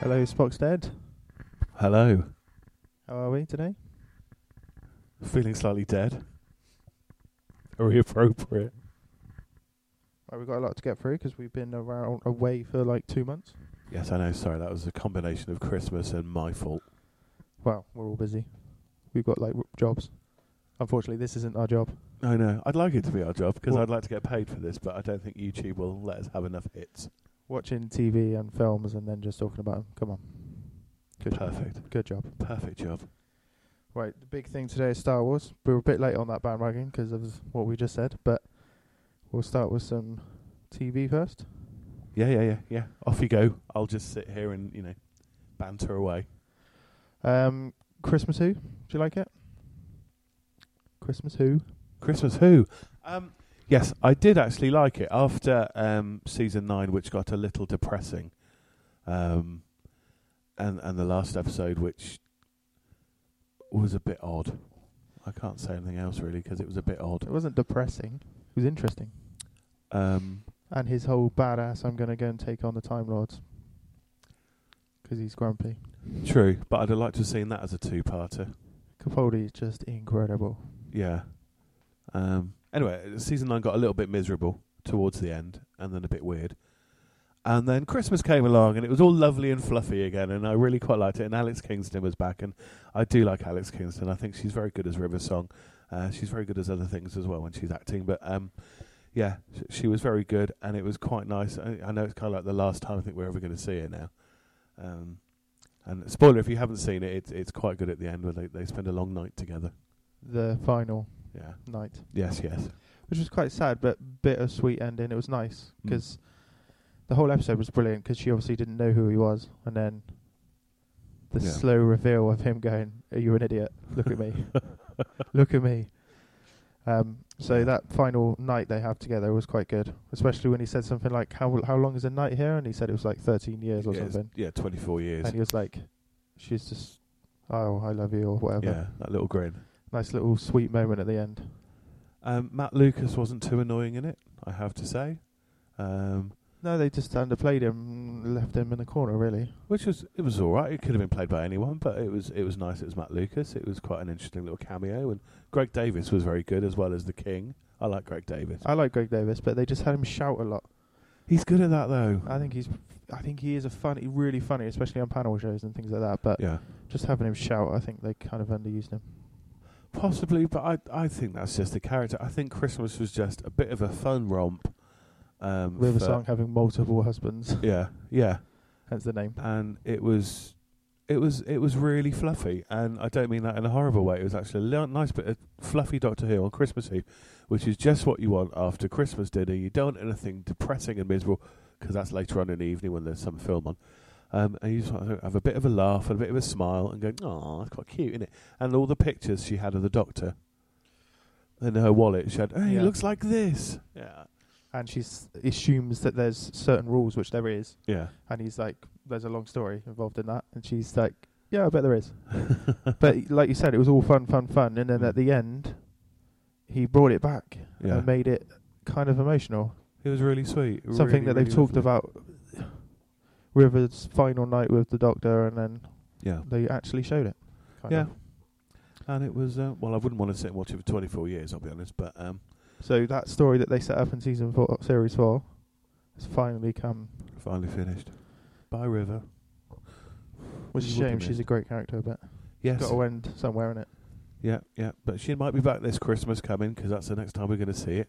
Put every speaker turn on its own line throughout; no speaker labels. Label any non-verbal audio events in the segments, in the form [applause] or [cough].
Hello, Spock's Dad.
Hello.
How are we today?
Feeling slightly dead? Are we appropriate?
Well, we've got a lot to get through 'cause we've been around away for like two months.
Yes, I know. Sorry, that was a combination of Christmas and my fault.
Well, we're all busy. We've got like w- jobs. Unfortunately, this isn't our job.
I know. I'd like it to be our job because
Well-
I'd like to get paid for this, but I don't think YouTube will let us have enough hits.
Watching TV and films and then just talking about 'em. Come on. Good
Perfect.
job. Good job.
Perfect job.
Right, the big thing today is Star Wars. We were a bit late on that bandwagon 'cause of what we just said, but we'll start with some TV first.
Yeah, yeah, yeah, yeah. Off you go. I'll just sit here and, you know, banter away.
Um, Christmas Who? Do you like it? Christmas Who?
Christmas Who? Um, yes, I did actually like it after um, season nine, which got a little depressing, um, and and the last episode, which was a bit odd. I can't say anything else really because it was a bit
It
odd.
wasn't depressing. It was interesting.
Um,
And his whole badass, I'm going to go and take on the Time Lords. 'Cause he's grumpy.
true, but I'd have liked to have seen that as a two-parter.
Capaldi is just incredible.
Yeah. Um, anyway, season nine got a little bit miserable towards the end, and then a bit weird. And then Christmas came along, and it was all lovely and fluffy again, and I really quite liked it. And Alex Kingston was back, and I do like Alex Kingston. I think she's very good as River Song. Uh, she's very good as other things as well when she's acting. But um, yeah, sh- she was very good, and it was quite nice. I, I know it's kind of like the last time I think we're ever going to see her now. Um, and spoiler, if you haven't seen it, it's it's quite good at the end where they, they spend a long night together.
The final
Yeah.
night.
Yes. Yes.
Which was quite sad, but bittersweet ending. It was nice.
Mm.
'Cause the whole episode was brilliant 'cause she obviously didn't know who he was. And then the
Yeah.
slow reveal of him going, Are you an idiot? Look at
[laughs]
me. Look at me. Um, so that final night they have together was quite good, especially when he said something like, "How how long is a night here?" and he said it was like 13 years or
yeah, it's-
something,
Yeah, 24 years.
and he was like, "She's just, oh, I love you" or whatever.
Yeah, that little grin.
Nice little sweet moment at the end.
Um, Matt Lucas wasn't too annoying in it, I have to say, um,
No, they just underplayed him, left him in the corner. Really,
which was it was all right. It could have been played by anyone, but it was it was nice. It was Matt Lucas. It was quite an interesting little cameo, and Greg Davis was very good as well as the King. I like Greg Davis.
I like Greg Davis, but they just had him shout a lot.
He's good at that though.
I think he's, I think he is a funny, really funny, especially on panel shows and things like that. But
Yeah,
just having him shout, I think they kind of underused him.
possibly, but I I think that's just the character. I think Christmas was just a bit of a fun romp. Um,
River
for-
Song having multiple husbands, [laughs]
Yeah, yeah.
hence the name.
and it was it was it was really fluffy and i don't mean that in a horrible way it was actually a li- nice bit of fluffy doctor who on christmas eve which is just what you want after christmas dinner you don't want anything depressing and miserable 'cause that's later on in the evening when there's some film on um, and you just want to have a bit of a laugh and a bit of a smile and go, oh, that's quite cute, isn't it? And all the pictures she had of the doctor in her wallet, she had, hey, he
Yeah.
looks like this. Yeah.
and she s- assumes that there's certain rules which there is
Yeah.
and he's like there's a long story involved in that and she's like yeah i bet there
[laughs]
is but like you said it was all fun fun fun and then at the end he brought it back
Mm. Yeah.
and made it kind of emotional
It was really sweet.
something that they've talked about river's final night with the doctor and then
Yeah.
they actually showed it kind
Yeah.
of.
And it was uh, well, I wouldn't want to sit and watch it for 24 years, I'll be honest. But um,
so that story that they set up in season four series four has finally come
finally finished. By river.
which is a
Will be
shame she's
missed.
a great character but
Yes.
got to end somewhere in it
Yeah, yeah. But she might be back this Christmas coming 'cause that's the next time we're going to see it.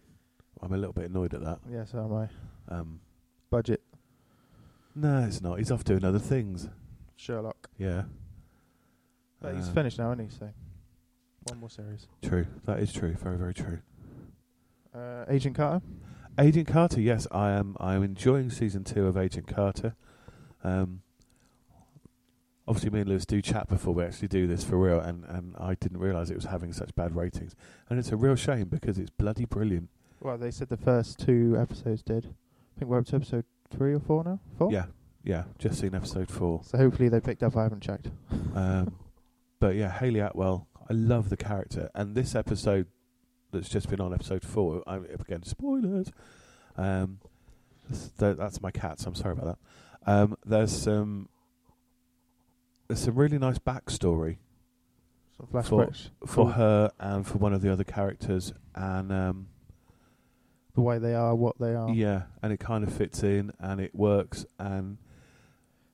I'm a little bit annoyed at that.
yeah so am i
Um,
budget
no, it's not. He's off doing other things.
Sherlock.
Yeah.
But he's
Uh,
finished now, isn't he? So one more series.
True. That is true. Very, very true.
Uh, Agent Carter.
Agent Carter. Yes, I am. I am enjoying season two of Agent Carter. Um, obviously, me and Lewis do chat before we actually do this for real, and, and I didn't realise it was having such bad ratings, and it's a real shame because it's bloody brilliant.
Well, they said the first two episodes did. I think we're up to episode three or four now. Four.
Yeah, yeah. Just seen episode four.
So hopefully they picked up. I haven't checked.
Um, but yeah, Haley Atwell, I love the character, and this episode that's just been on episode four. I'm again spoilers. Um, that's, tha- that's my cats. I'm sorry about that. Um, there's some there's some really nice backstory
Some flashbacks. Cool.
for her and for one of the other characters, and um,
The way they are, what they are.
yeah, and it kind of fits in and it works, and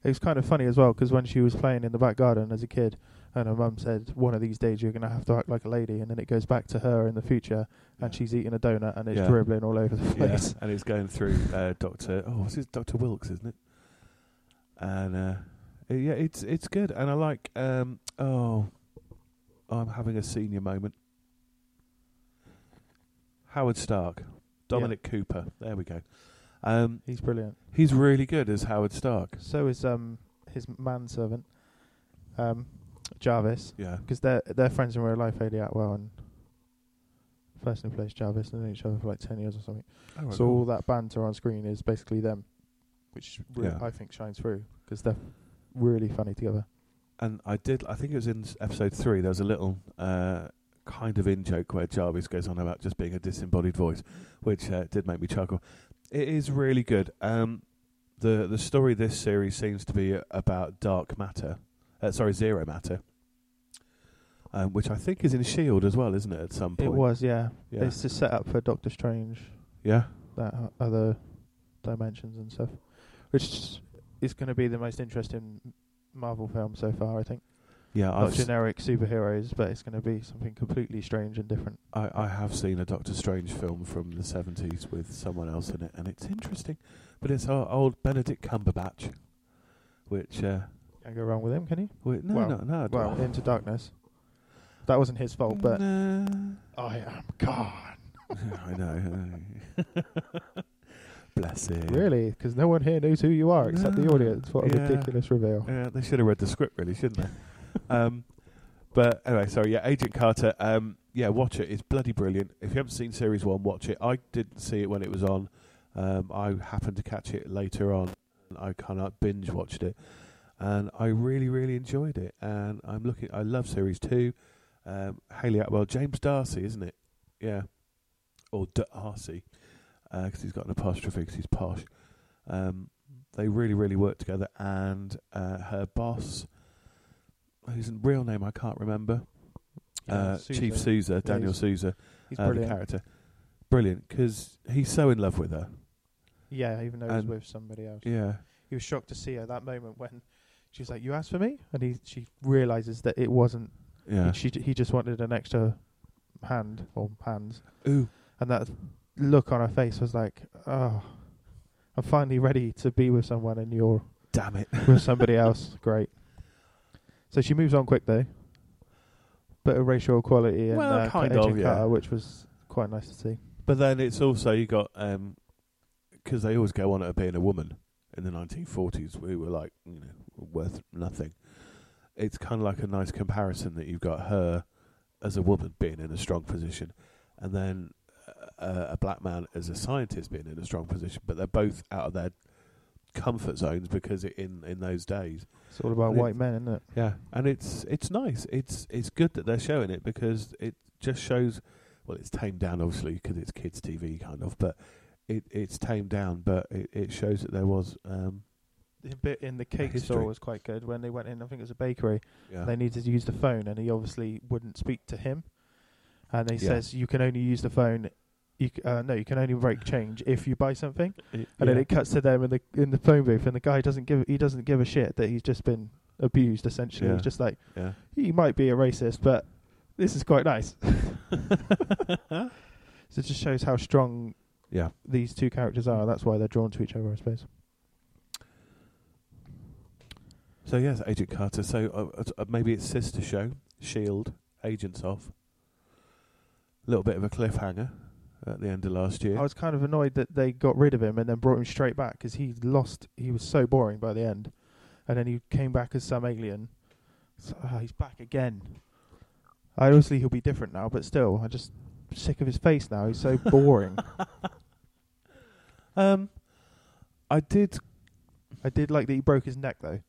It was kind of funny as well because when she was playing in the back garden as a kid, and her mum said, "One of these days you're going to have to act like a lady," and then it goes back to her in the future, and
Yeah.
she's eating a donut and it's
Yeah.
dribbling all over the
yeah,
place. [laughs]
and it's going through uh, Doctor. Oh, what's his Doctor Wilkes, isn't it? And uh, i- yeah, it's it's good, and I like. Um, oh, I'm having a senior moment. Howard Stark, Dominic Cooper. There we go. Um,
He's brilliant.
he's really good as Howard Stark.
So is um his manservant, um Jarvis,
Yeah,
because they're they're friends in real life, Hayley Atwell and the person who plays Jarvis, and each other for like ten years or something.
All right,
so
Oh, cool.
all that banter on screen is basically them, which re-
Yeah.
I think shines through because they're really funny together.
and I did. I think it was in s- episode three. There was a little uh, kind of in joke where Jarvis goes on about just being a disembodied voice, which uh, did make me chuckle. It is really good. Um, the the story this series seems to be about dark matter, uh, sorry, zero matter, um, which I think is in Shield as well, isn't it? At some point,
It was, yeah.
Yeah,
It's just set up for Doctor Strange,
yeah,
that o- other dimensions and stuff, which is going to be the most interesting Marvel film so far, I think.
yeah.
Not
I've s-
generic superheroes, but it's going to be something completely strange and different.
I, I have seen a Doctor Strange film from the seventies with someone else in it, and it's interesting. But it's our old Benedict Cumberbatch, which uh,
Can't go wrong with him, can you?
Wait, no,
Well,
no, no.
Well, Into Darkness. That wasn't his fault,
Mm.
but
No.
I am God.
[laughs] I know.
[laughs]
I know. Bless it.
Really? Because no one here knows who you are except the
No.
audience. What a
Yeah.
ridiculous reveal.
Yeah, Uh, they should have read the script, really, shouldn't they? um, but anyway, sorry. Yeah, Agent Carter. Um, yeah, watch it. It's bloody brilliant. If you haven't seen series one, watch it. I didn't see it when it was on. Um, I happened to catch it later on. And I kind of binge watched it, and I really, really enjoyed it. And I'm looking. I love series two. Um, Haley Atwell, James Darcy, isn't it? Yeah, or Darcy, because he's got an apostrophe because he's posh. Um, they really, really work together. And uh, her boss, whose real name I can't remember, uh,
Susan.
Chief Sousa, Daniel
he's-
Sousa,
He's
uh, the
brilliant.
character. Brilliant, because he's so in love with her.
Yeah, even though he's
And-
with somebody else.
Yeah,
he was shocked to see her that moment when she's like, "You asked for me," and he she realizes that it wasn't.
yeah.
She he just wanted an extra hand or hands,
Ooh,
and that look on her face was like, "Oh, I'm finally ready to be with someone, and you're
damn it.
with [laughs] somebody else." Great. So she moves on quick though. Bit of racial equality and
Well,
uh,
kind
Agent
of, yeah.
Carter, which was quite nice to see.
But then it's also you got um 'cause they always go on at being a woman in the 1940s. We were like, you know, worth nothing. It's kind of like a nice comparison that you've got her as a woman being in a strong position, and then uh, a black man as a scientist being in a strong position. But they're both out of their comfort zones because it, in in those days
It's all about
And
white men, isn't it?
yeah, and it's it's nice. It's it's good that they're showing it because it just shows. Well, it's tamed down obviously because it's kids' TV kind of, but it it's tamed down. But it, it shows that there was. Um,
The bit in the cake store
history.
was quite good when they went in. I think it was a bakery,
yeah.
they needed to use the phone and he obviously wouldn't speak to him and he
Yeah.
says you can only use the phone you c- uh, no you can only break change if you buy something uh, and then it cuts to them in the in the phone booth and the guy doesn't give he doesn't give a shit that he's just been abused essentially
Yeah.
he's just like
yeah.
you might be a racist but this is quite
[laughs]
nice [laughs] so it just shows how strong
Yeah.
these two characters are that's why they're drawn to each other i suppose
So yes, Agent Carter. So uh, uh, maybe it's sister show, Shield, E Agents off. A little bit of a cliffhanger at the end of last year.
i was kind of annoyed that they got rid of him and then brought him straight back because he lost he was so boring by the end and then he came back as some alien so, ah, he's back again i obviously he'll be different now but still i'm just sick of his face now he's
[laughs]
so boring
um, I did.
i did like that he broke his neck though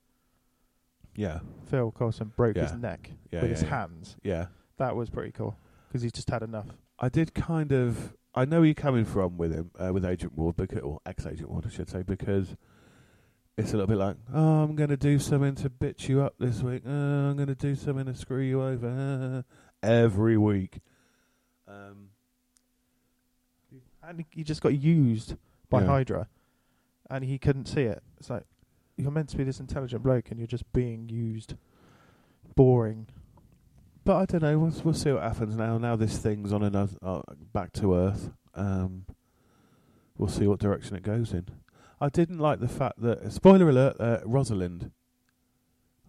Yeah,
phil colson broke his
Yeah.
neck
yeah,
with
yeah,
his
yeah.
hands
yeah.
that was pretty cool because he's just had enough
I did kind of. I know where you're coming from with him, uh, with Agent Ward, because, or ex-Agent Ward, I should say, because it's a little bit like, oh, I'm going to do something to bitch you up this week. Uh, I'm going to do something to screw you over uh, every week. Um,
and he just got used by
Yeah.
Hydra, and he couldn't see it. It's like you're meant to be this intelligent bloke, and you're just being used. Boring.
but I don't know. We'll, we'll see what happens now. Now this thing's on another uh, back to Earth. Um, we'll see what direction it goes in. I didn't like the fact that spoiler alert, uh, Rosalind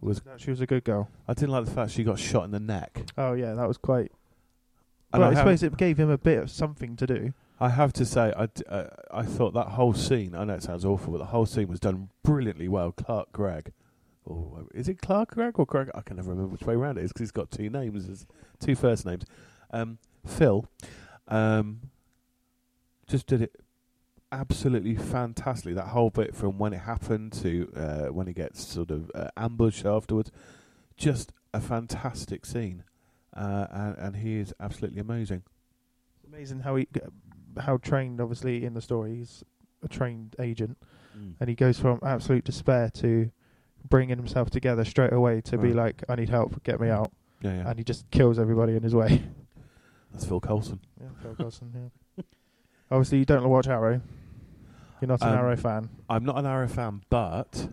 was.
No, she was a good girl.
I didn't like the fact she got shot in the neck.
Oh yeah, that was quite.
And
well, I,
have-
suppose it gave him a bit of something to do.
I have to say, I, d- uh, I thought that whole scene, I know it sounds awful, but the whole scene was done brilliantly well. Clark Gregg. Or is it Clark Gregg or Greg? I can never remember which way round it is because he's got two names, his two first names. Um, Phil um, just did it absolutely fantastically. That whole bit from when it happened to uh, when he gets sort of uh, ambushed afterwards. Just a fantastic scene. Uh, and, and he is absolutely amazing.
It's amazing how he, how trained obviously in the story. He's a trained agent, and he goes from absolute despair to bringing himself together straight away to be
Right.
like, "I need help, get me out,"
Yeah, yeah.
and he just kills everybody in his way. [laughs]
That's Phil Coulson.
Yeah, Phil Coulson, yeah. Obviously, you don't watch Arrow. You're not an
Um,
Arrow fan.
I'm not an Arrow fan, but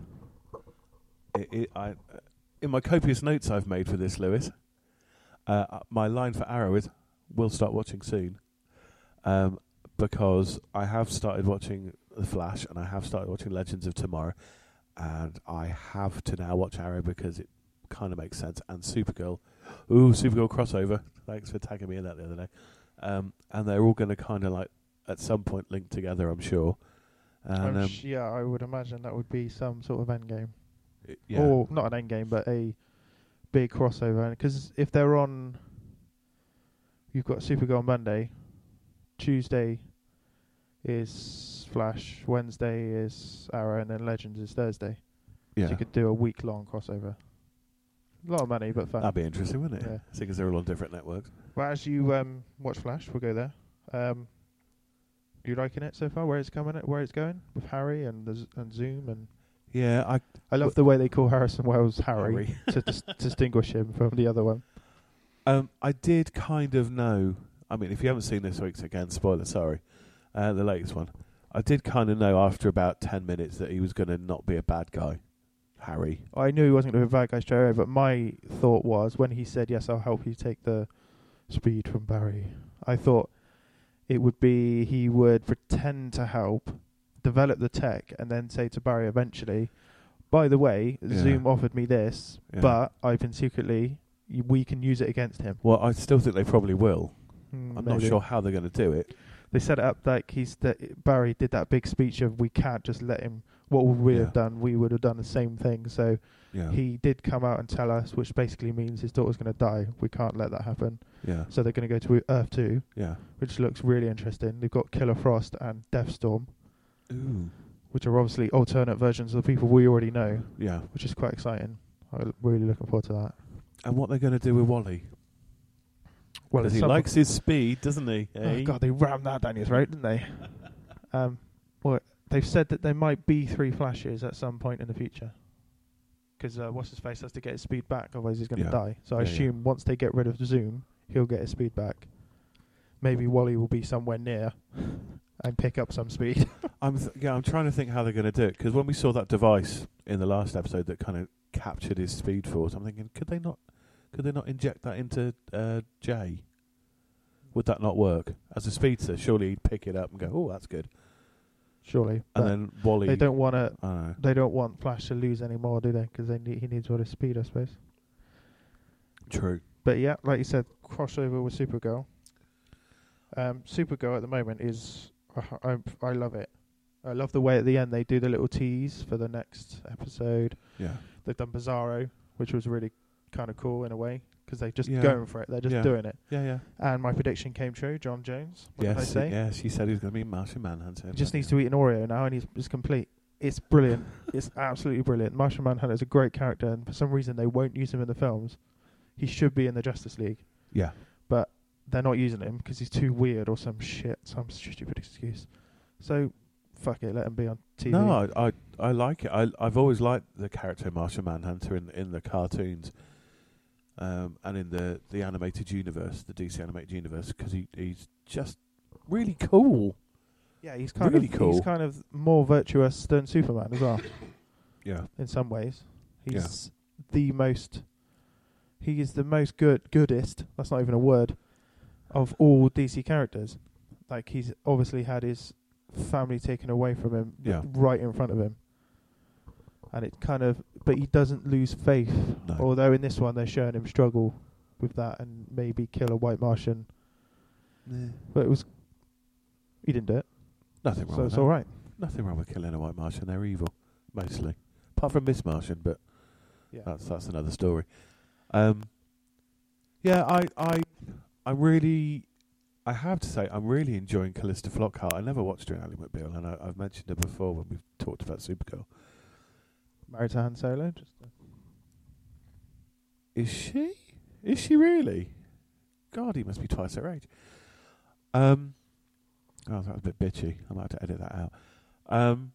it, it, I, in my copious notes I've made for this, Lewis, uh, my line for Arrow is "We'll start watching soon," um, because I have started watching The Flash and I have started watching Legends of Tomorrow, and I have to now watch Arrow because it kind of makes sense. And Supergirl, ooh, Supergirl crossover. Thanks for tagging me in that the other day. Um, and they're all going to kind of like at some point link together, I'm sure.
I'm
And, um,
sh- yeah, I would imagine that would be some sort of end game,
it- yeah.
or not an end game, but a big crossover. Because if they're on, you've got Supergirl on Monday, Tuesday is Flash, Wednesday is Arrow, and then Legends is Thursday.
Yeah.
So you could do a week long crossover. A lot of money, but fun.
That'd be interesting, wouldn't it?
Yeah.
Seeing as they're all on different networks.
Well, as you um, watch Flash, we'll go there. Um, you liking it so far? Where it's coming? At, where it's going with Harry and the Z- and Zoom and
Yeah, I
I love the way they call Harrison Wells Harry,
Harry.
to [laughs] dis- distinguish him from the other one.
um I did kind of know. I mean, if you haven't seen this week's again, spoiler, sorry, uh, the latest one. I did kind of know after about ten minutes that he was going to not be a bad guy, Harry.
I knew he wasn't going to be a bad guy straight away, but my thought was when he said, "Yes, I'll help you take the speed from Barry," I thought it would be he would pretend to help, develop the tech, and then say to Barry eventually, "By the way,
Yeah.
Zoom offered me this,
Yeah.
but I've been secretly y- we can use it against him."
Well, I still think they probably will.
Mm,
I'm not
maybe.
sure how they're going to do it.
they set it up like he's that Barry did that big speech of we can't just let him. What would we
Yeah.
have done? We would have done the same thing. So
Yeah,
he did come out and tell us, which basically means his daughter's going to die. We can't let that happen.
yeah,
So they're going to go to Earth Two,
yeah.
which looks really interesting. They've got Killer Frost and Deathstorm,
Ooh,
which are obviously alternate versions of the people we already know,
yeah.
which is quite exciting. I'm really looking forward to that.
And what they're going to do with Wally?
Well, it's
Because he
some-
likes his speed, doesn't he?
Oh
eh?
god, they rammed that down his throat, didn't
[laughs]
they? um, well, they've said that there might be three flashes at some point in the future. Because uh, what's his face has to get his speed back, otherwise he's going to
Yeah.
die. So I
Yeah, yeah.
assume once they get rid of Zoom, he'll get his speed back. Maybe Wally will be somewhere near [laughs] and pick up some speed. [laughs]
I'm th- yeah, I'm trying to think how they're going to do it because when we saw that device in the last episode that kind of captured his speed force, I'm thinking, could they not, could they not inject that into uh, Jay? Would that not work as a speedster? Surely he'd pick it up and go, oh, that's good.
Surely,
And
but
then Wally,
they don't want to.
I don't know.
They don't want Flash to lose anymore, do they? Because they need, he needs all his speed, I suppose.
True.
But yeah, like you said, crossover with Supergirl. Um, Supergirl at the moment is I, I love it. I love the way at the end they do the little tease for the next episode.
Yeah.
They've done Bizarro, which was really kind of cool in a way because they're just
Yeah.
going for it. They're just
Yeah.
doing it.
Yeah. Yeah.
And my prediction came true. John Jones. What did I
yes.
say?
Yes. He said he was going to be Martian Manhunter.
He just needs to eat an Oreo now, and he's, he's complete. It's brilliant. it's absolutely brilliant. Martian Manhunter is a great character, and for some reason they won't use him in the films. He should be in the Justice League.
Yeah.
but they're not using him because he's too weird or some shit, some stupid excuse. So fuck it, let him be on TV.
No, I, I I like it. I I've always liked the character Martian Manhunter in in the cartoons, um, and in the the animated universe, the DC animated universe, because he he's just really cool.
yeah, he's kind
really
of
cool.
he's kind of more virtuous than Superman as well
Yeah,
in some ways.
Yeah.
He's the most he is the most good goodest, that's not even a word, of all DC characters. Like he's obviously had his family taken away from him
Yeah.
right in front of him. And it kind of but he doesn't lose faith.
No.
Although in this one they're showing him struggle with that and maybe kill a white Martian. But it was he didn't do it.
nothing wrong.
So
with
it's
that.
all right.
Nothing wrong with killing a white Martian. They're evil mostly, apart from Miss Martian, but
Yeah.
that's that's another story. Um, yeah, I I I really I have to say I'm really enjoying Callista Flockhart. I never watched her in Ally McBeal, and I, I've mentioned her before when we've talked about Supergirl.
Married to Han Solo. Just uh, a-
Is she? Is she really? God, he must be twice her age. Um, oh, that was a bit bitchy. I might have to edit that out. Um,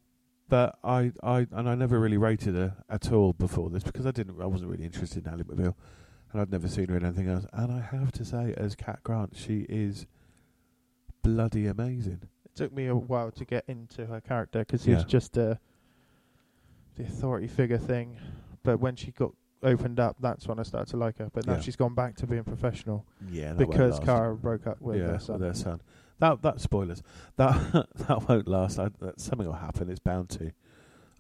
but I, I, and I never really rated her at all before this because I didn't, I wasn't really interested in Ally McBeal, and I'd never seen her in anything else. And I have to say, as Cat Grant, she is bloody amazing.
It took me a while to get into her character 'cause she was
Yeah.
just a the authority figure thing. But when she got opened up, that's when I started to like her. But now
Yeah.
she's gone back to being professional
Yeah, that won't
because
last.
Kara broke up with
yeah,
her
with
son.
their son. That that spoilers. That [laughs] that won't last. I, that something will happen. It's bound to.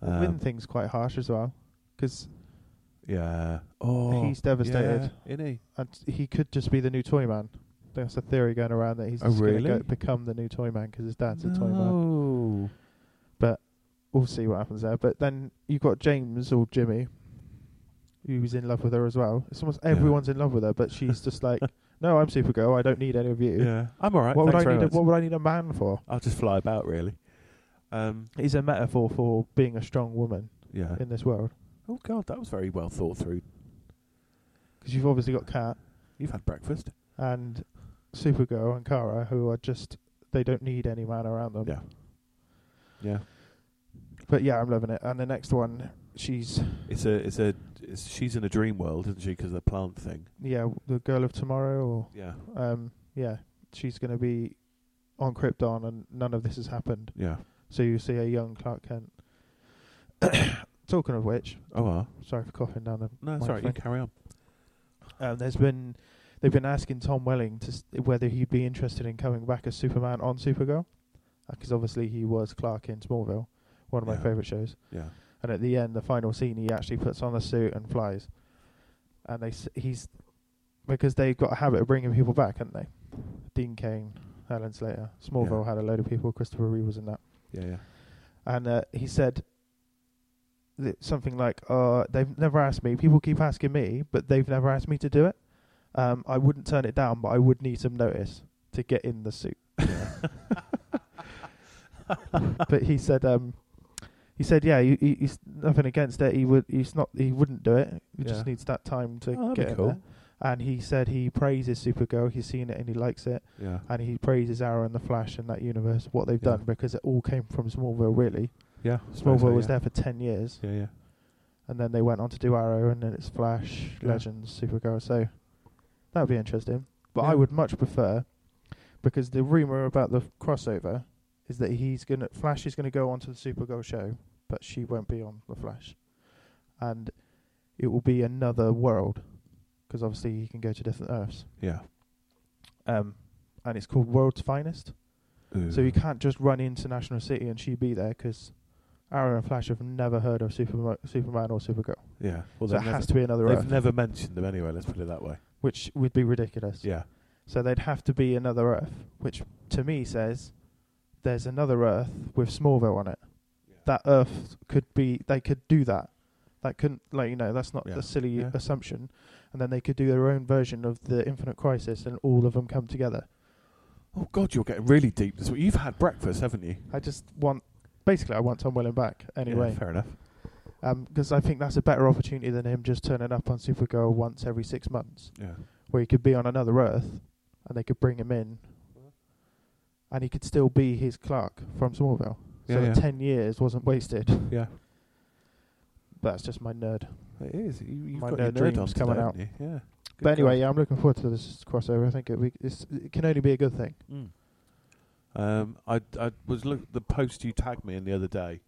The
Um,
Win thing's quite harsh as well 'cause
Yeah. Oh,
He's devastated.
Yeah, isn't he?
and he could just be the new Toy Man. There's a theory going around that he's
Oh,
just going
really?
to become the new Toy Man 'cause his dad's a Toy Man.
no.
We'll see what happens there. But then you've got James or Jimmy, who's in love with her as well. It's almost
Yeah.
everyone's in love with her, but she's just
[laughs]
like, no, I'm Supergirl. I don't need any of you.
Yeah, I'm all right.
what would
thanks
I
very
need? A,
much.
what would I need a man for?
I'll just fly about, really. Um,
It's a metaphor for being a strong woman
yeah.
in this world.
Oh God, that was very well thought through.
Because you've obviously got Cat
You've had breakfast.
and Supergirl and Kara, who are just they don't need any man around them.
Yeah. Yeah.
But yeah, I'm loving it. And the next one, she's
It's a, it's a, it's, she's in a dream world, isn't she? 'Cause of the plant thing.
yeah the girl of tomorrow or
Yeah.
um yeah she's going to be on Krypton and none of this has happened.
Yeah.
So you see a young Clark Kent. [coughs] Talking of which,
Oh, well.
sorry for coughing down the
no, sorry. You
microphone.
carry on.
Um, there's been they've been asking Tom Welling to s- whether he'd be interested in coming back as Superman on Supergirl, because obviously he was Clark in Smallville, one of my
Yeah.
favorite shows.
Yeah.
And at the end, the final scene, he actually puts on the suit and flies. And they s- he's because they've got a habit of bringing people back, haven't they? Dean Kane, Alan Slater, Smallville had a load of people. Christopher Reeve was in that
Yeah. Yeah.
and uh, he said that something like, "Uh, they've never asked me. People keep asking me, but they've never asked me to do it. Um, I wouldn't turn it down, but I would need some notice to get in the suit." [laughs] but he said, um, he said, "Yeah, he, he, he's nothing against it. He would, he's not, he wouldn't do it. He
Yeah.
just needs that time to
Oh, that'd be
get in
cool.
there." And he said he praises Supergirl. He's seen it and he likes it.
Yeah.
And he praises Arrow and the Flash and that universe, what they've
Yeah.
done, because it all came from Smallville, really.
Yeah.
Smallville
so,
was
yeah.
there for 10 years,
Yeah. Yeah.
and then they went on to do Arrow, and then it's Flash,
Yeah.
Legends, Supergirl. So that would be interesting. But
Yeah.
I would much prefer because the rumor about the crossover is that he's gonna Flash is gonna go on to the Supergirl show, but she won't be on the Flash, and it will be another world because obviously he can go to different Earths.
Yeah.
Um, and it's called World's Finest. So
Ooh.
you can't just run into National City and she be there 'cause Arrow and Flash have never heard of Superman, Superman or Supergirl.
Yeah. Well,
so
they've
it
never,
has to be another
they've
Earth,
never mentioned them anyway. Let's put it that way.
which would be ridiculous.
Yeah.
So they'd have to be another Earth, which to me says there's another Earth with Smallville on it. That Earth could be they could do that. That couldn't like you know that's not
Yeah.
a silly
Yeah.
assumption, and then they could do their own version of the Infinite Crisis and all of them come together.
Oh God, you're getting really deep this week. You've had breakfast, haven't you?
I just want basically I want Tom Welling back anyway.
fair enough.
because Um, I think that's a better opportunity than him just turning up on Supergirl once every six months,
Yeah,
where he could be on another Earth, and they could bring him in, and he could still be his Clark from Smallville. so
yeah.
the ten years wasn't wasted.
yeah.
But that's just my nerd.
It is. You, you've
My
got your
nerd
nerd
dreams
on today,
coming
haven't you? Yeah.
but anyway, yeah, I'm looking forward to this crossover. I think it, we, it's, it can only be a good thing.
Mm. Um, I I was look the post you tagged me in the other day.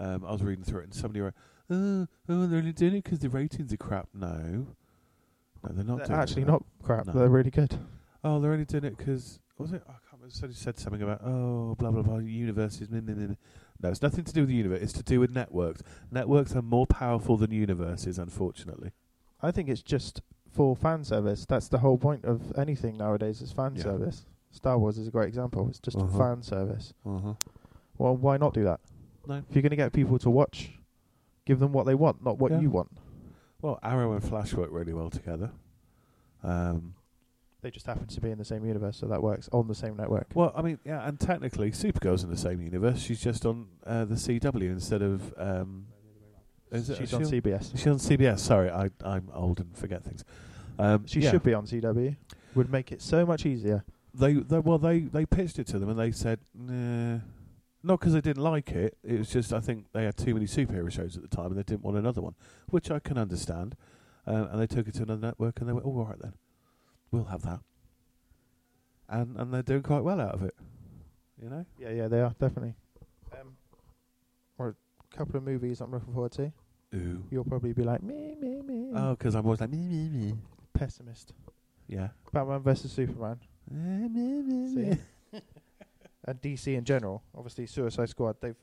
Um, I was reading through it and somebody wrote, "Oh, oh they're only doing it 'cause the ratings are crap." No, no, they're not.
They're
doing it
actually
for that.
not crap.
No.
They're really good.
Oh, they're only doing it 'cause was it? I can't remember. Somebody said something about oh, blah blah blah. Universes. Meh, meh, meh. meh." No, it's nothing to do with the universe. It's to do with networks. Networks are more powerful than universes, unfortunately.
I think it's just for fan service. That's the whole point of anything nowadays is fan
Yeah.
service. Star Wars is a great example. It's just
Uh-huh.
fan service.
Uh huh.
Well, why not do that?
No.
If you're going to get people to watch, give them what they want, not what
Yeah.
you want.
Well, Arrow and Flash work really well together. Um,
They just happen to be in the same universe, so that works on the same network.
Well, I mean, yeah, and technically, Supergirl's in the same universe. She's just on uh, the CW instead of. Um, is it-
She's
is
on
she
CBS.
is she on CBS? Sorry, I, I'm old and forget things. Um,
She
yeah.
should be on CW. Would make it so much easier.
They, they well, they they pitched it to them and they said, nah. not because they didn't like it. It was just I think they had too many superhero shows at the time and they didn't want another one, which I can understand. Um, and they took it to another network and they went, oh, all right then, we'll have that. And and they're doing quite well out of it, you know.
Yeah, yeah, they are definitely. Um, or a couple of movies I'm looking forward to.
Ooh.
You'll probably be like me, me, me.
Oh, because I'm always like, me, me, me.
pessimist.
Yeah.
Batman versus Superman.
Eh, me, me, me.
See? and DC in general. Obviously, Suicide Squad. They've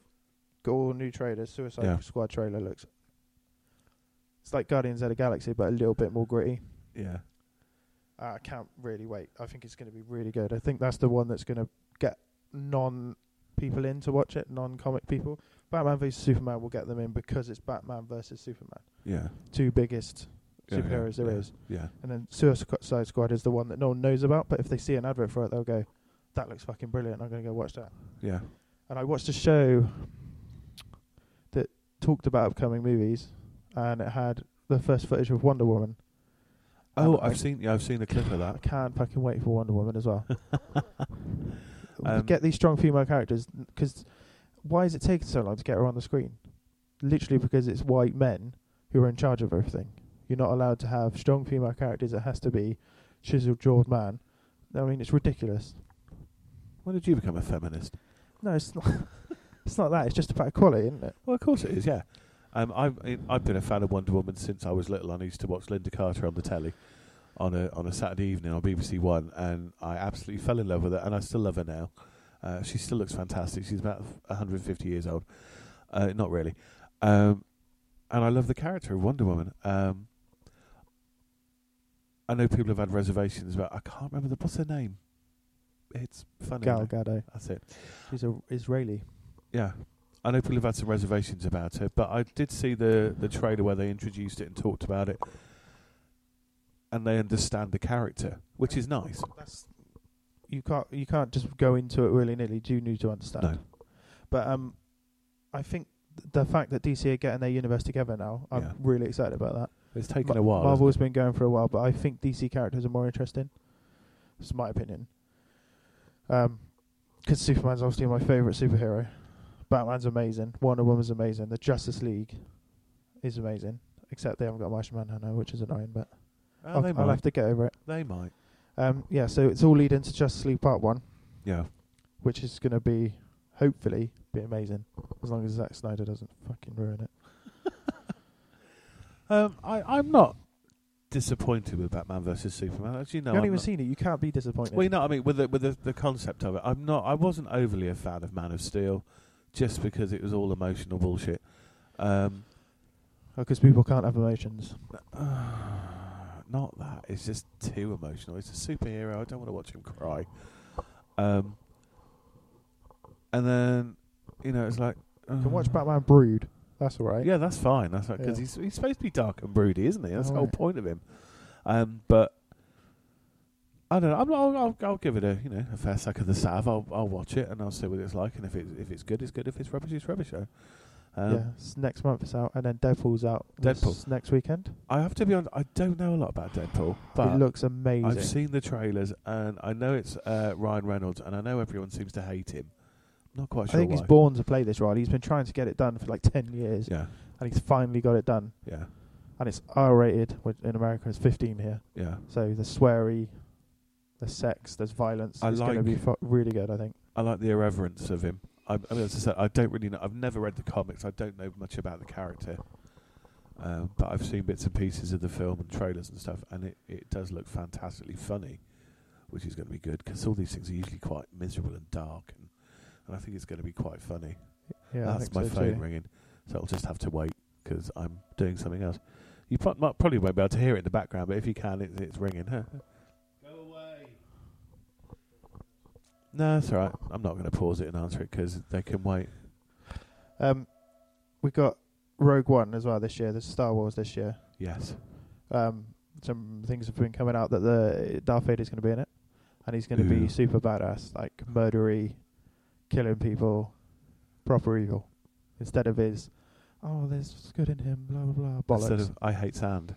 got all new trailers. Suicide
Yeah.
Squad trailer looks. It's like Guardians of the Galaxy, but a little bit more gritty.
Yeah.
Uh, I can't really wait. I think it's going to be really good. I think that's the one that's going to get non people in to watch it, non comic people. Batman vs Superman will get them in because it's Batman versus Superman,
Yeah.
two biggest
Yeah, yeah,
superheroes there is.
yeah, Yeah.
And then Suicide Squad is the one that no one knows about, but if they see an advert for it, they'll go, "That looks fucking brilliant! I'm going to go watch that."
Yeah.
and I watched a show that talked about upcoming movies, and it had the first footage of Wonder Woman.
Oh,
And
I've seen. Yeah, I've seen a clip of
I
that.
can't fucking wait for Wonder Woman as well.
Um,
get these strong female characters, because why is it taking so long to get her on the screen? Literally because it's white men who are in charge of everything. You're not allowed to have strong female characters. It has to be chiseled jawed man. I mean, it's ridiculous.
When did you become a feminist?
No, it's not. [laughs] it's not that. It's just about equality, isn't it?
Well, of course it is. Yeah. Um, I've I- I've been a fan of Wonder Woman since I was little. and I used to watch Linda Carter on the telly on a on a Saturday evening on BBC One, and I absolutely fell in love with her, and I still love her now. Uh, she still looks fantastic. She's about 150 years old. Uh, not really. Um, and I love the character of Wonder Woman. Um, I know people have had reservations about. I can't remember the what's her name. It's funny.
Gal Gadot.
That's it.
She's a Israeli.
Yeah. I know people have had some reservations about it, but I did see the, the trailer where they introduced it and talked about it. And they understand the character, which is nice.
that's you can't you can't just go into it willy nilly. You need to understand.
No.
But um, I think th- the fact that DC are getting their universe together now, I'm
Yeah.
really excited about that.
It's taken
Ma-
a while. hasn't
Marvel's been going for a while, but I think DC characters are more interesting. It's my opinion. Um 'cause Superman's obviously my favorite superhero. Batman's amazing. Wonder Woman's amazing. The Justice League is amazing. Except they haven't got Martian Manhunter, which is annoying, but
it? Oh,
I'll,
they
I'll
might.
have to get over it.
they might.
Um, yeah, so it's all leading to Justice League Part 1
Yeah.
which is going to be hopefully be amazing as long as Zack Snyder doesn't fucking ruin it.
Um, I, I'm not disappointed with Batman versus Superman. Actually, no.
you haven't
I'm
even
not.
seen it. You can't be disappointed.
Well, you know, what I mean, with the with the, the concept of it, I'm not. I wasn't overly a fan of Man of Steel, just because it was all emotional bullshit. Um,
because people can't have emotions.
[sighs] not that. It's just too emotional. It's a superhero. I don't want to watch him cry. Um, and then you know, it's like uh,
You can watch Batman Brood. That's all right.
Yeah, that's fine. That's because
Yeah. Oh,
he's he's supposed to be dark and broody, isn't he? That's the whole
Alright.
point of him. Um, but I don't know. I'm, I'll, I'll I'll give it a you know a fair sack of the salve. I'll I'll watch it and I'll see what it's like. And if it's if it's good, it's good. If it's rubbish, it's rubbish. Though. Um,
yeah. It's next month it's out, and then Deadpool's out. this
Deadpool.
next weekend.
I have to be honest. I don't know a lot about Deadpool, but
it looks amazing.
I've seen the trailers and I know it's uh, Ryan Reynolds and I know everyone seems to hate him, Not quite
I
sure
think
why.
he's born to play this ride. He's been trying to get it done for like ten years,
Yeah,
and he's finally got it done.
yeah,
And it's R-rated, which in America is 15 here.
yeah.
So there's sweary, there's sex, there's violence.
I
it's going to
like-
be fu- really good, I think.
I like the irreverence of him. I, I mean, as I said, I don't really know. I've never read the comics. I don't know much about the character, um, but I've seen bits and pieces of the film and trailers and stuff, and it, it does look fantastically funny, which is going to be good because all these things are usually quite miserable and dark, and, and I think it's going to be quite funny.
Yeah, I
That's
think
my
so
phone
too.
ringing, so I'll just have to wait because I'm doing something else. You pro- might, probably won't be able to hear it in the background, but if you can, it, it's ringing. Go away. No, that's all right. I'm not going to pause it and answer it because they can wait.
Um, we got Rogue One as well this year. There's Star Wars this year.
Yes.
Um, some things have been coming out that the Darth Vader's going to be in it, and he's going to
Ooh.
be super badass, like murdery, killing people, proper evil, instead of his. Oh, there's good in him. Blah blah blah. Bollocks.
Instead of I hate sand.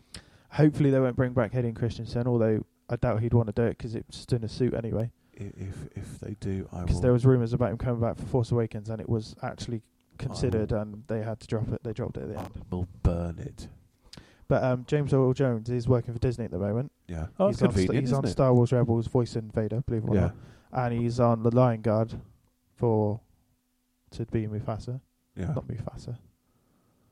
Hopefully they won't bring back Hayden Christensen, although I doubt he'd want to do it 'cause it's just in a suit anyway.
I- If if they do, I
'Cause
will.
there was rumours about him coming back for Force Awakens, and it was actually considered, and they had to drop it. They dropped it at the
I
end.
will burn it.
But um, James Earl Jones is working for Disney at the moment.
Yeah. Oh,
he's
it's
on, sta-
convenient,
he's on
isn't
Star Wars Rebels voicing Vader, believe it
it?
or
Yeah.
not, and he's on The Lion Guard for to be Mufasa,
Yeah.
not Mufasa.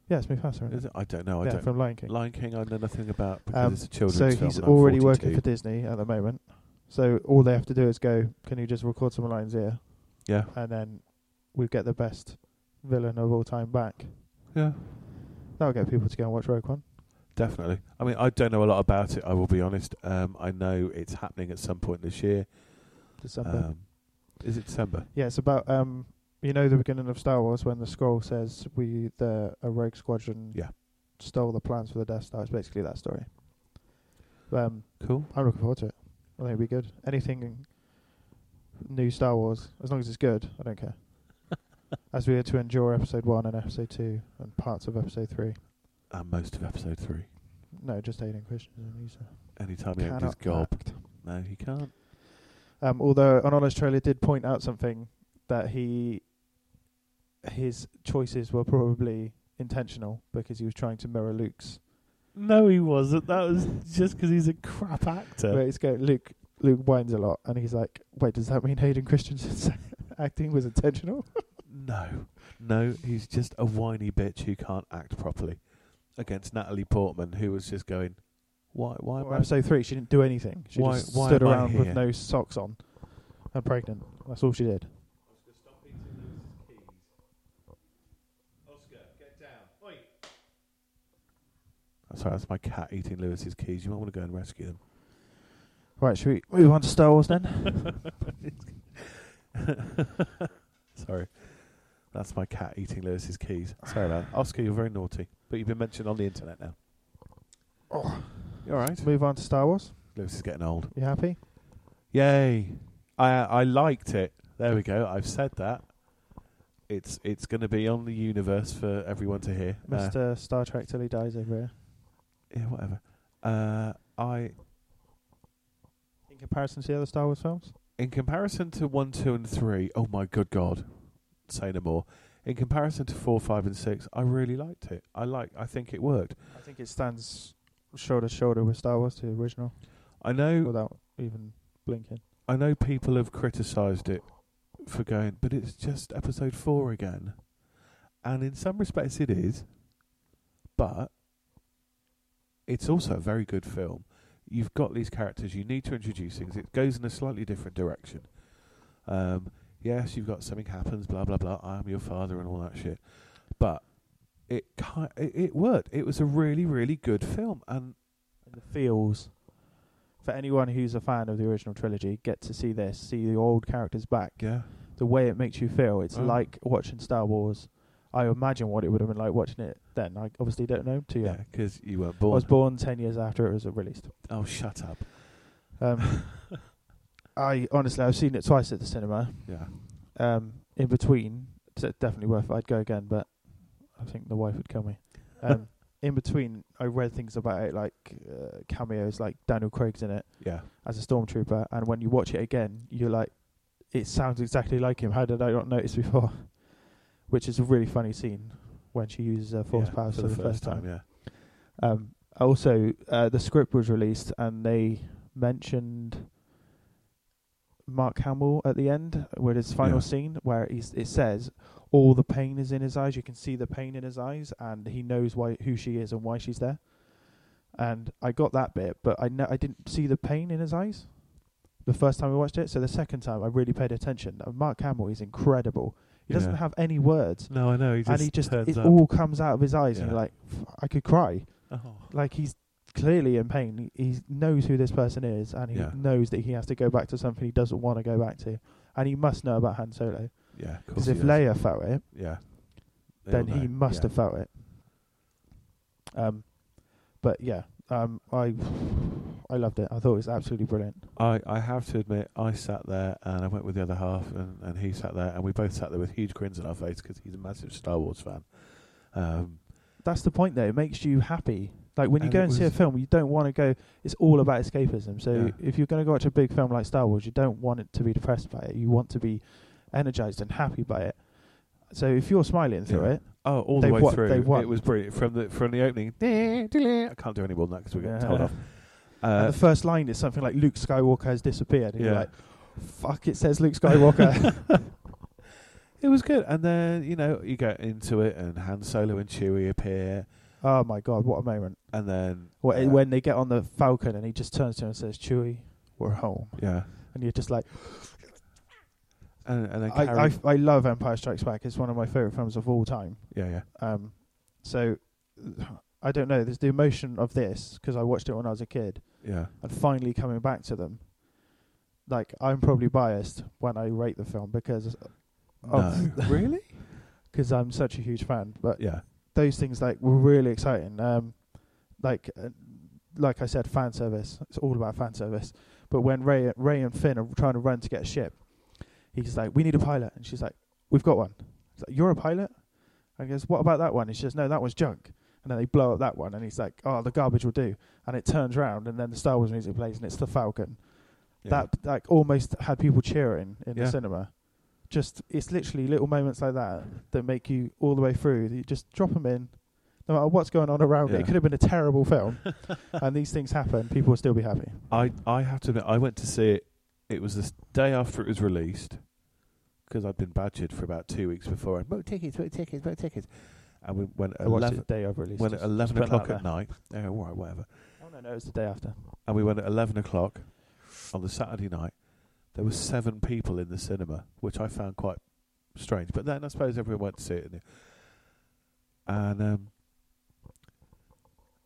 Yeah, it's Mufasa. Isn't it?
Is it? I don't know. I
yeah,
don't.
from Lion King.
Lion King, I know nothing about because
Um,
it's a children's
So
film.
he's
and I'm
already
42.
working for Disney at the moment. So all they have to do is go, can you just record some lines here?
Yeah.
And then we get the best villain of all time back.
Yeah.
That'll get people to go and watch Rogue One.
Definitely. I mean, I don't know a lot about it. I will be honest. Um, I know it's happening at some point this year.
December.
Um, is it December?
yeah, it's about um you know the beginning of Star Wars when the scroll says we the a rogue squadron
Yeah.
stole the plans for the Death Star. It's basically that story. Um
Cool.
I'm looking forward to it. I think it'll be good. Anything new Star Wars, as long as it's good, I don't care. as we had to endure episode one and episode two and parts of episode three.
And most of episode three.
No, just Aiden Christensen. He's
Anytime he opens his
cannot
gob.
act.
No, he can't.
Um, although on Honest Trailer did point out something that he his choices were probably intentional because he was trying to mirror Luke's.
No, he wasn't. That was just because he's a crap
Where
actor.
it's going, Luke Luke whines a lot, and he's like, "Wait, does that mean Hayden Christensen's [laughs] acting was intentional?"
No. No, he's just a whiny bitch who can't act properly. Against Natalie Portman, who was just going, why, why am
Well,
I
episode three, she didn't do anything. She
Why-
just
why
stood
am I
around with
here?
no socks on and pregnant. That's all she did.
Oh, Sorry, that's my cat eating Lewis's keys. You might want to go and rescue them.
Right, should we move on to Star Wars then?
[laughs] Sorry. That's my cat eating Lewis's keys. Sorry, man. Oscar, you're very naughty. But you've been mentioned on the internet now. Oh. You alright?
move on to Star Wars.
Lewis is getting old.
You happy?
Yay. I I liked it. There we go. I've said that. It's it's going to be on the universe for everyone to hear. Uh,
Mr. Star Trek till he dies over here.
yeah, whatever. Uh, I
In comparison to the other Star Wars films?
in comparison to one, two, and three, oh my good god, say no more. In comparison to four, five, and six, I really liked it. I like. I think it worked.
I think it stands shoulder to shoulder with Star Wars, the original,
I know.
without even blinking.
I know people have criticised it for going, but it's just episode four again, and in some respects it is, but it's also a very good film. You've got these characters. You need to introduce things. It goes in a slightly different direction. Um, yes, you've got something happens. Blah blah blah. I am your father and all that shit. But it ki- it, it worked. It was a really really good film, and
And the feels. For anyone who's a fan of the original trilogy, get to see this, see the old characters back.
yeah,
The way it makes you feel, it's
Oh.
like watching Star Wars. I imagine what it would have been like watching it then. I obviously don't know, too
yeah,
young.
because you weren't
I
born.
was born 10 years after it was released.
oh, shut up. [laughs]
Um, I honestly, I've seen it twice at the cinema.
Yeah.
um, in between, so it's definitely worth it. I'd go again, but I think the wife would kill [laughs] me. Um, in between, I read things about it, like uh, cameos, like Daniel Craig's in it
Yeah.
as a stormtrooper, and when you watch it again, you're like, it sounds exactly like him. How did I not notice before? [laughs] Which is a really funny scene when she uses her force
Yeah,
powers for, the, first time.
Yeah.
Um, also, uh, the script was released and they mentioned Mark Hamill at the end with his final
Yeah.
scene where he's, it says all the pain is in his eyes. You can see the pain in his eyes, and he knows why who she is and why she's there. And I got that bit, but I kn- I didn't see the pain in his eyes the first time I watched it. So the second time I really paid attention. And Mark Hamill is incredible. He doesn't
Yeah.
have any words,
No, I know. He just
and he just
turns
it
up.
all comes out of his eyes. And
Yeah.
you're like, "F- I could cry
Oh.
like he's clearly in pain. He, he knows who this person is, and he
Yeah.
knows that he has to go back to something he doesn't want to go back to, and he must know about Han Solo.
Yeah. of course
Because
he
if
does.
Leia felt it,
yeah, They
then
all
he
know.
must
Yeah.
have felt it. Um, but yeah, um, I I loved it. I thought it was absolutely brilliant.
I, I have to admit, I sat there and I went with the other half, and, and he sat there, and we both sat there with huge grins on our face because he's a massive Star Wars fan. Um,
That's the point, though. It makes you happy. Like when you
And
go
it
and see a
was-
film, you don't want to go. It's all about escapism. So
Yeah.
if you're going to go watch a big film like Star Wars, you don't want it to be depressed by it. You want to be energized and happy by it. So if you're smiling through
Yeah.
it,
oh, all
They
the way
won-
through,
they won.
it was brilliant from the from the opening. I can't do any more than that because we're getting told
Yeah.
off.
[laughs] and
Uh,
the first line is something like Luke Skywalker has disappeared, and you're
Yeah.
like, "Fuck!" It says Luke
[laughs]
Skywalker. [laughs]
it was good, and then you know you get into it, and Han Solo and Chewie appear,
oh my god, what a moment!
and then
Wh-
uh,
When they get on the Falcon, and he just turns to him and says, "Chewie, we're home,"
yeah,
and you're just like.
and, and then Carrie,
I, I I love Empire Strikes Back. It's one of my favorite films of all time.
yeah, yeah,
Um, so I don't know. There's the emotion of this because I watched it when I was a kid,
yeah.
and finally coming back to them. Like I'm probably biased when I rate the film because of-
no, [laughs] really?
[laughs] cause I'm such a huge fan. But
Yeah,
those things like were really exciting. Um, like uh, like I said, fan service. It's all about fan service. But when Ray Ray and Finn are trying to run to get a ship, he's like, "We need a pilot," and she's like, "We've got one." He's like, "You're a pilot?" I goes, "What about that one?" And she says, "No, that one's junk." And then they blow up that one, and he's like, "Oh, the garbage will do." And it turns round, and then the Star Wars music plays, and it's the Falcon.
yeah.
That like almost had people cheering in
Yeah.
the cinema. Just it's literally little moments like that that make you all the way through. You just drop 'em in, no matter what's going on around it.
Yeah.
It could have been a terrible [laughs] film, and these things happen. People will still be happy.
I I have to admit, I went to see it. It was the s- day after it was released because I'd been badgered for about two weeks before. I booked tickets, booked tickets, booked tickets, and we went at
I watched
eleven.
it the day of release.
Went at
just-
eleven
just putting it
o'clock
out
at night. Yeah, all right, whatever.
there. Oh no, no, it was the day after.
And we went at eleven o'clock on the Saturday night. There were seven people in the cinema, which I found quite strange. But then I suppose everyone went to see it, and, and um,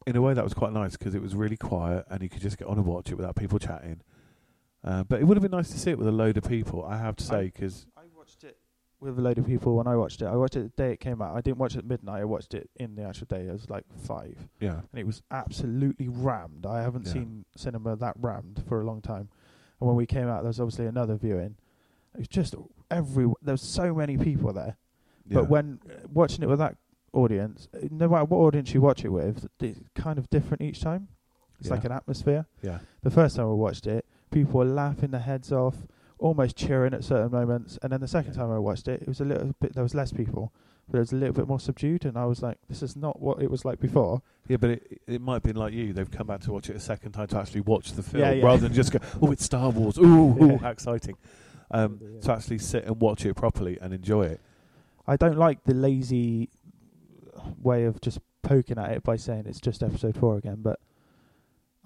in a way that was quite nice because it was really quiet, and you could just get on and watch it without people chatting. Uh, but it would have been nice to see it with a load of people. I have to say, because
I watched it with a load of people when I watched it. I watched it the day it came out. I didn't watch it at midnight. I watched it in the actual day. It was like five,
yeah,
and it was absolutely rammed. I haven't
Yeah.
seen cinema that rammed for a long time. And when we came out, there was obviously another viewing. It was just every. There was so many people there.
yeah.
But when uh, watching it with that audience, uh, no matter what audience you watch it with, it's kind of different each time. It's
Yeah.
like an atmosphere.
yeah,
The first time I watched it, people were laughing their heads off, almost cheering at certain moments. And then the second
Yeah.
time I watched it, it was a little bit. There was less people, but it was a little bit more subdued. And I was like, "This is not what it was like before."
yeah, but it it might have been like you. They've come back to watch it a second time to actually watch the film
Yeah, yeah.
rather than just go, "Oh, it's Star Wars! Ooh,
[laughs]
ooh
Yeah.
how exciting!" Um,
Probably, yeah.
To actually sit and watch it properly and enjoy it.
I don't like the lazy way of just poking at it by saying it's just episode four again, but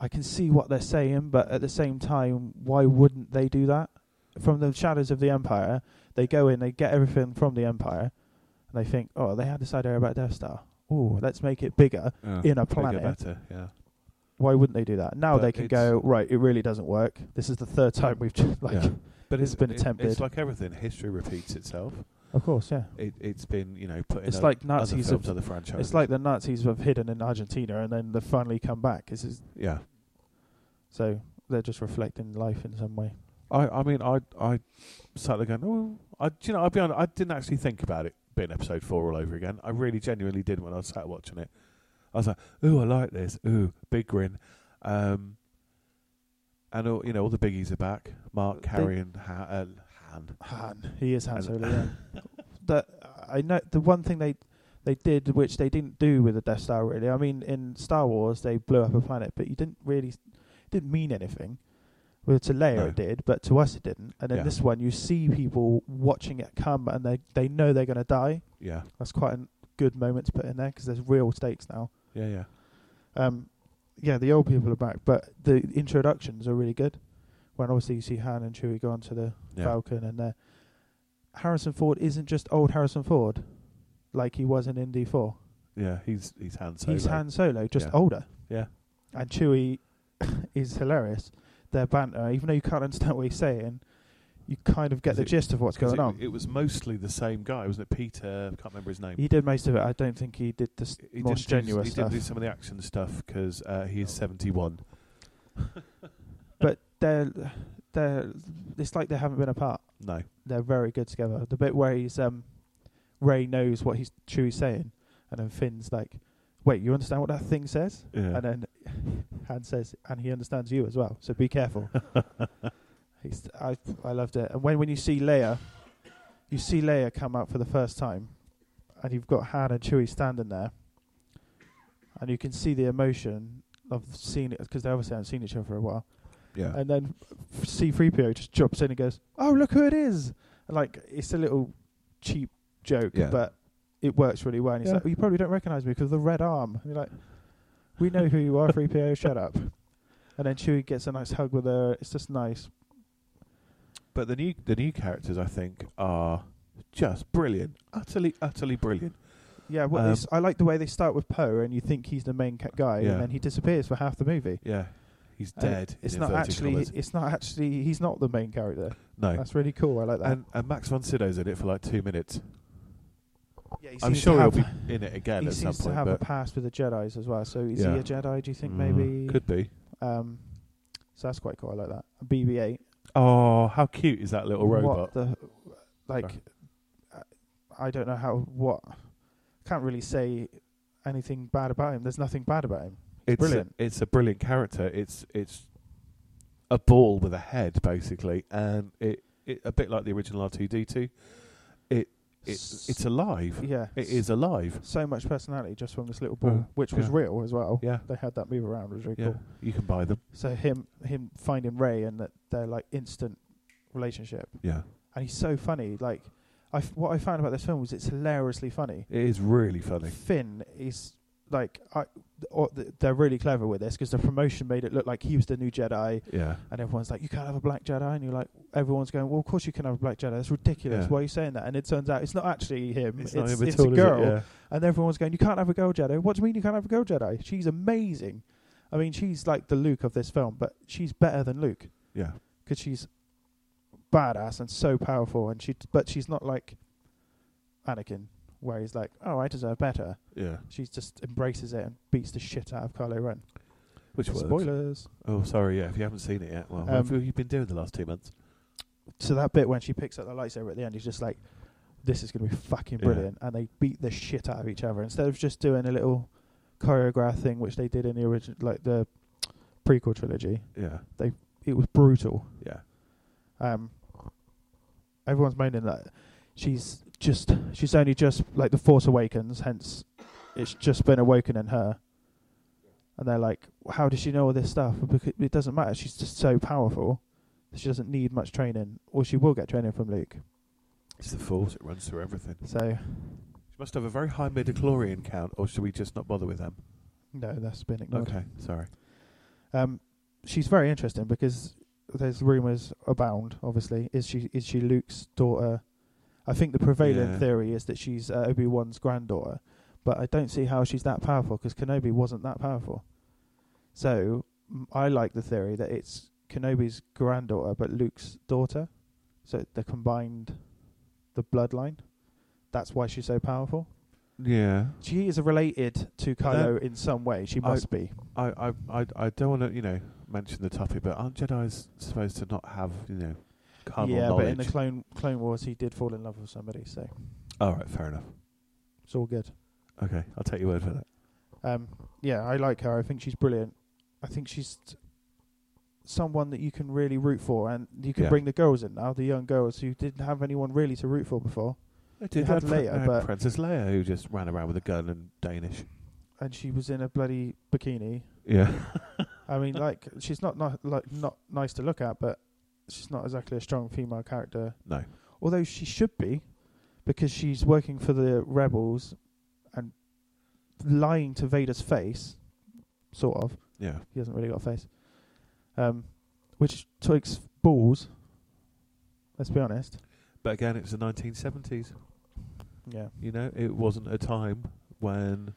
I can see what they're saying, but at the same time, why wouldn't they do that? From the shadows of the Empire, they go in, they get everything from the Empire, and they think, oh, they had this idea about Death Star. Oh, let's make it bigger in a
Bigger,
planet.
better, yeah.
Why wouldn't they do that? Now
But
they can
it's-
go, right, it really doesn't work. This is the third time we've [laughs] just, like,
Yeah. But
It's been
it-
attempted.
It's like everything. History repeats itself.
of course, yeah.
It, it's been, you know, put in
It's
o-
like
other
Nazis
films,
have-
other franchises.
It's like the Nazis have hidden in Argentina and then they've finally come back. This is
yeah.
So they're just reflecting life in some way.
I, I mean, I, I sat there going, oh, I, do you know, I'll be honest, I didn't actually think about it being episode four all over again. I really genuinely did when I sat watching it. I was like, ooh, I like this. Ooh, big grin. Um, and all, you know, all the biggies are back. Mark,
They-
Carrie, and ha- uh, Han.
Han. He is Han
And- [laughs]
Solo. Yeah. that I know the one thing they they did, which they didn't do with the Death Star. Really, I mean, in Star Wars, they blew up a planet, but you didn't really it didn't mean anything. Well, to Leia
No.
it did, but to us it didn't. And in
Yeah.
this one, you see people watching it come, and they they know they're going to die.
Yeah,
That's quite a good moment to put in there because there's real stakes now.
yeah, yeah.
Um, yeah, the old people are back, but the introductions are really good. When obviously you see Han and Chewie go onto the
Yeah.
Falcon, and uh, Harrison Ford isn't just old Harrison Ford, like he was in Indy Four.
Yeah, he's he's Han Solo.
He's Han Solo, just
Yeah.
older.
Yeah.
And Chewie [laughs] is hilarious. Their banter, even though you can't understand what he's saying, you kind of get
Is
the
it-
gist of what's
'Cause
going on.
it, It was mostly the same guy, wasn't it? Peter, I can't remember his name.
he did most of it. I don't think he did the s-
He
more
didn't do-
strenuous
he
stuff.
didn't do some of the action stuff because uh, he is seventy-one.
but they're they're it's like they haven't been apart.
No,
they're very good together. The bit where he's um, Ray knows what he's Chewie's saying, and then Finn's like, "Wait, you understand what that thing says?"
yeah,
And then [laughs] Han says, "And he understands you as well, so be careful." he's, I I loved it. And when when you see Leia, you see Leia come out for the first time, and you've got Han and Chewie standing there, and you can see the emotion of seeing it because they obviously haven't seen each other for a while.
yeah,
And then C3PO just jumps in and goes, Oh, look who it is. And like, it's a little cheap joke,
Yeah.
but it works really well. And he's
Yeah.
like, well, You probably don't recognize me because of the red arm. And you're like, We know who
[laughs]
you are, 3PO, shut up. And then Chewie gets a nice hug with her. It's just nice.
But the new the new characters, I think, are just brilliant, utterly, utterly brilliant.
Yeah, well,
Um,
it's, I like the way they start with Poe, and you think he's the main ca- guy,
Yeah.
and then he disappears for half the movie.
Yeah, he's
And it-
dead.
It's
in
not
inverted
actually.
commas.
It's not actually. He's not the main character.
no.
That's really cool. I like that.
And, and Max von Sydow's in it for like two minutes.
yeah, he
I'm
seems to
sure he'll
have-
be in it again
he
at some
seems to
point.
have a
but
past with the Jedi's as well. So is
Yeah.
he a Jedi? Do you think
Mm,
maybe?
could be.
Um, so that's quite cool. I like that. BB-8.
Oh, how cute is that little
What
robot?
the? Like, uh, I don't know how. What? Can't really say anything bad about him. There's nothing bad about him.
it's
brilliant.
A, it's a brilliant character. It's it's a ball with a head basically, and it, it a bit like the original R two D two. It it
S-
it's alive.
Yeah.
It is alive.
So much personality just from this little ball,
Mm,
which was
yeah.
real as well.
Yeah.
They had that move around. It was really
Yeah,
cool.
you can buy them.
So him, him finding Ray and that their like instant relationship,
Yeah,
and he's so funny. Like, I f- what I found about this film was it's hilariously funny.
it is really funny.
Finn is like I, th- or th- they're really clever with this because the promotion made it look like he was the new Jedi,
Yeah,
and everyone's like, "You can't have a black Jedi," and you're like, everyone's going, "Well, of course you can have a black Jedi. That's ridiculous.
Yeah.
Why are you saying that?" And it turns out it's not actually him. It's,
not
it's,
him at
a
all, is it?
girl, and everyone's going, "You can't have a girl Jedi. What do you mean you can't have a girl Jedi? She's amazing. I mean, she's like the Luke of this film, but she's better than Luke
Yeah,
because she's badass and so powerful, and she, but she's not like Anakin." Where he's like, oh, I deserve better.
yeah, yeah.
She just embraces it and beats the shit out of Kylo Ren.
Which works.
Spoilers.
Oh, sorry. Yeah, if you haven't seen it yet, well, what
Um,
have you been doing the last two months?
So that bit when she picks up the lightsaber at the end, he's just like, "This is gonna be fucking
Yeah.
brilliant," and they beat the shit out of each other instead of just doing a little choreograph thing, which they did in the original, like the prequel trilogy.
Yeah,
It was brutal.
yeah,
Um, everyone's moaning that she's just she's only just like the Force Awakens, hence it's just been awoken in her. And they're like, how does she know all this stuff? Because it doesn't matter. She's just so powerful. She doesn't need much training, or she will get training from Luke.
it's the force. It runs through everything.
So
She must have a very high midichlorian count, or should we just not bother with them?
no, that's been ignored.
Okay, sorry.
Um, she's very interesting because there's rumours abound. Obviously, is she is she Luke's daughter? I think the prevailing
Yeah.
theory is that she's uh, Obi Wan's granddaughter, but I don't see how she's that powerful because Kenobi wasn't that powerful. So m- I like the theory that it's Kenobi's granddaughter but Luke's daughter, so they're combined, the bloodline. That's why she's so powerful.
Yeah,
She is related to
But then-
Kylo in some way. She
I-
must be.
I, I, I, I don't want to, you know, mention the topic, but aren't Jedi's supposed to not have, you know, carnal
yeah, but
knowledge?
in the Clone Clone Wars, he did fall in love with somebody, so
All right, fair enough.
it's all good.
Okay, I'll take your word for that.
Um, yeah, I like her. I think she's brilliant. I think she's t- someone that you can really root for, and you can
Yeah.
bring the girls in now, the young girls who didn't have anyone really to root for before,
They
did have
Fran-
Leia,
they had
but-
Princess Leia, who just ran around with a gun and Danish.
and she was in a bloody bikini.
Yeah,
I
[laughs]
mean, like she's not ni- like not nice to look at, but she's not exactly a strong female character.
no,
Although she should be, because she's working for the rebels, and lying to Vader's face, sort of.
yeah,
He hasn't really got a face, um, which takes balls. Let's be honest.
but again, it's the 1970s.
Yeah.
You know, it wasn't a time when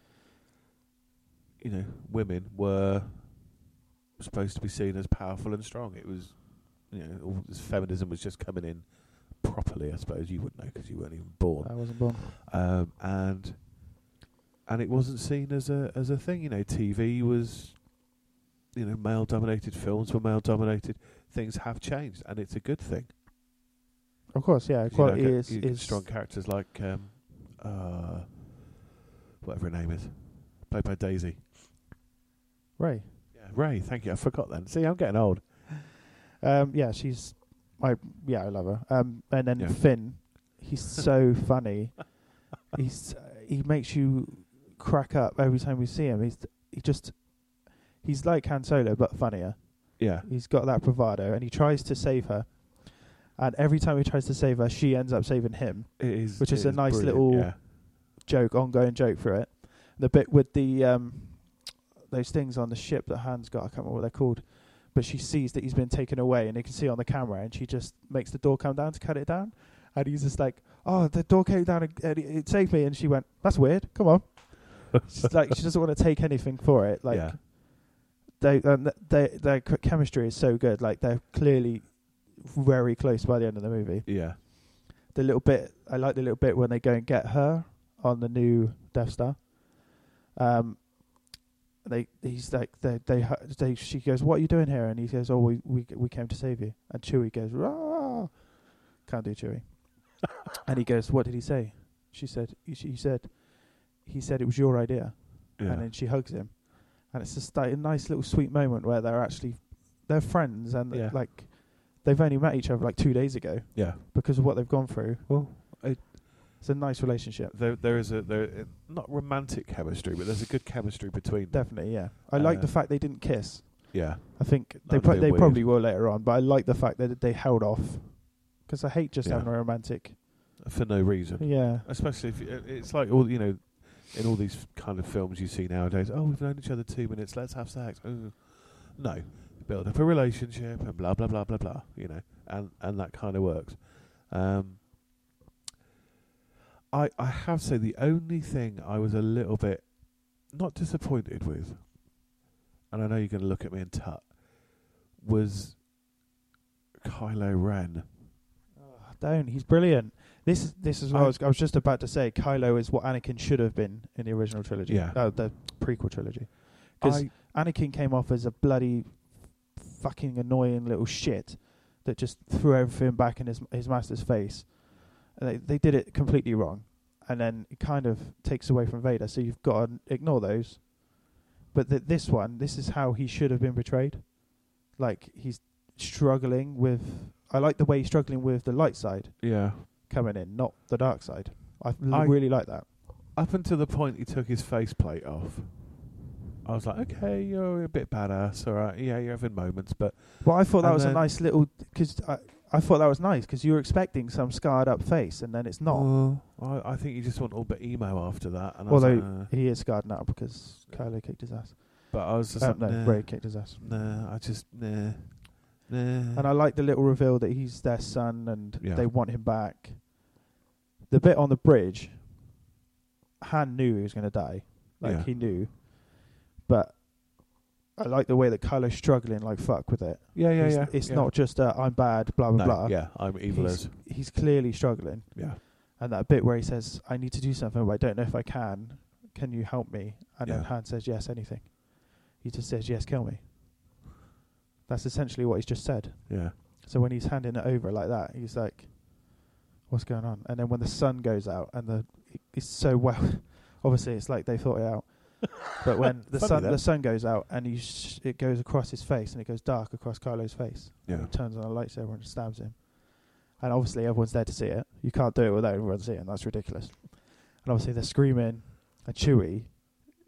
you know women were supposed to be seen as powerful and strong. It was, you know, all this feminism was just coming in properly. I suppose you wouldn't know because you weren't even born.
I wasn't born.
um, and and it wasn't seen as a as a thing. You know, TV was, you know, male dominated films were male dominated. Things have changed, and it's a good thing.
Of course, yeah.
'Cause you don't
Equality
get-
is
you get
is
strong characters like um, uh, whatever her name is, played by Daisy.
Ray.
Yeah, Ray. Thank you. I forgot then. See, I'm getting old.
Um, yeah, she's I yeah, I love her. Um, and then
Yeah.
Finn, he's so funny. He's he makes you crack up every time we see him. He's he just he's like Han Solo but funnier.
Yeah,
He's got that bravado, and he tries to save her. And every time he tries to save her, she ends up saving him.
it is.
Which
it
is a nice
brilliant,
little-
Yeah.
Joke, ongoing joke for it. The bit with the um, those things on the ship that Han's got, I can't remember what they're called. But she sees that he's been taken away, and you can see on the camera, and she just makes the door come down to cut it down. And he's just like, "Oh, the door came down and, and it, it saved me." And she went, "That's weird. Come on." She's like, she doesn't want to take anything for it. Like
yeah.
they, um, th- they, their ch- chemistry is so good. Like they're clearly very close by the end of the movie.
Yeah.
The little bit I like the little bit when they go and get her on the new Death Star. Um, they he's like they they, hu- they she goes, "What are you doing here?" And he goes, "Oh, we we we came to save you." And Chewie goes, "Rah!" Can't do
[laughs]
Chewie. and he goes, "What did he say?" She said, "He said, he said it was your idea."
Yeah.
and then she hugs him, and it's just like a nice little sweet moment where they're actually they're friends and
Yeah.
like they've only met each other like two days ago
yeah.
because of what they've gone through.
Well, I-
it's a nice relationship,
There, there is a there uh, not romantic chemistry, but there's a good chemistry between them.
definitely. Yeah, I like the
Uh,
fact they didn't kiss.
Yeah.
I think they
would
pro-
be
they
weird.
probably will later on, but I like the fact that they held off because I hate just
Yeah.
having a romantic.
for no reason.
Yeah,
Especially if it- it's like all you know, in all these kind of films you see nowadays. Oh, we've known each other two minutes. Let's have sex. Ooh. No, build up a relationship and blah blah blah blah blah. You know, and and that kind of works. Um, I I have to say the only thing I was a little bit not disappointed with, and I know you're going to look at me and tut, was Kylo Ren.
I Oh, don't. He's brilliant. This is this is what I,
I-
was I was just about to say. Kylo is what Anakin should have been in the original trilogy.
Yeah.
no, the prequel trilogy. 'Cause
I-
Anakin came off as a bloody fucking annoying little shit that just threw everything back in his his master's face. And they they did it completely wrong, and then it kind of takes away from Vader. So you've got to ignore those. But th- this one, this is how he should have been portrayed. Like he's struggling with. I like the way he's struggling with the light side
yeah.
coming in, not the dark side. I, l-
I-
really like that.
up until the point he took his faceplate off, I was like, okay, you're a bit badass, all right. Yeah, you're having moments, but
Well, I thought that
And
was a
then-
nice little because I, I thought that was nice because you were expecting some scarred up face and then it's not.
Uh, I, I think you just went all bit emo after that. And I was
Although
like, uh,
he is scarred now because Kylo kicked his ass.
but I was just
Um,
like,
no,
nah,
Ray kicked his ass.
nah, I just nah, nah.
And I like the little reveal that he's their son and
Yeah.
they want him back. The bit on the bridge, Han knew he was going to die. Like
Yeah.
he knew. But I like the way that Kylo's struggling like fuck with it.
yeah, yeah,
He's-
yeah.
It's
yeah.
not just uh, I'm bad, blah blah
No,
blah.
yeah, I'm evil
He's,
as
he's clearly struggling.
yeah,
And that bit where he says, I need to do something, but I don't know if I can. Can you help me? And then
Yeah.
Han says, Yes, anything. He just says, Yes, kill me. That's essentially what he's just said.
yeah,
So when he's handing it over like that, he's like, What's going [laughs] on? And then when the sun goes out and the it's so well obviously it's like they thought it out. but
[laughs]
when the
Funny
sun
that.
the sun goes out and you sh- it goes across his face and it goes dark across Kylo's face.
Yeah.
He turns on a lightsaber and stabs him. And obviously everyone's there to see it. You can't do it without everyone seeing. That's ridiculous. And obviously they're screaming. And Chewie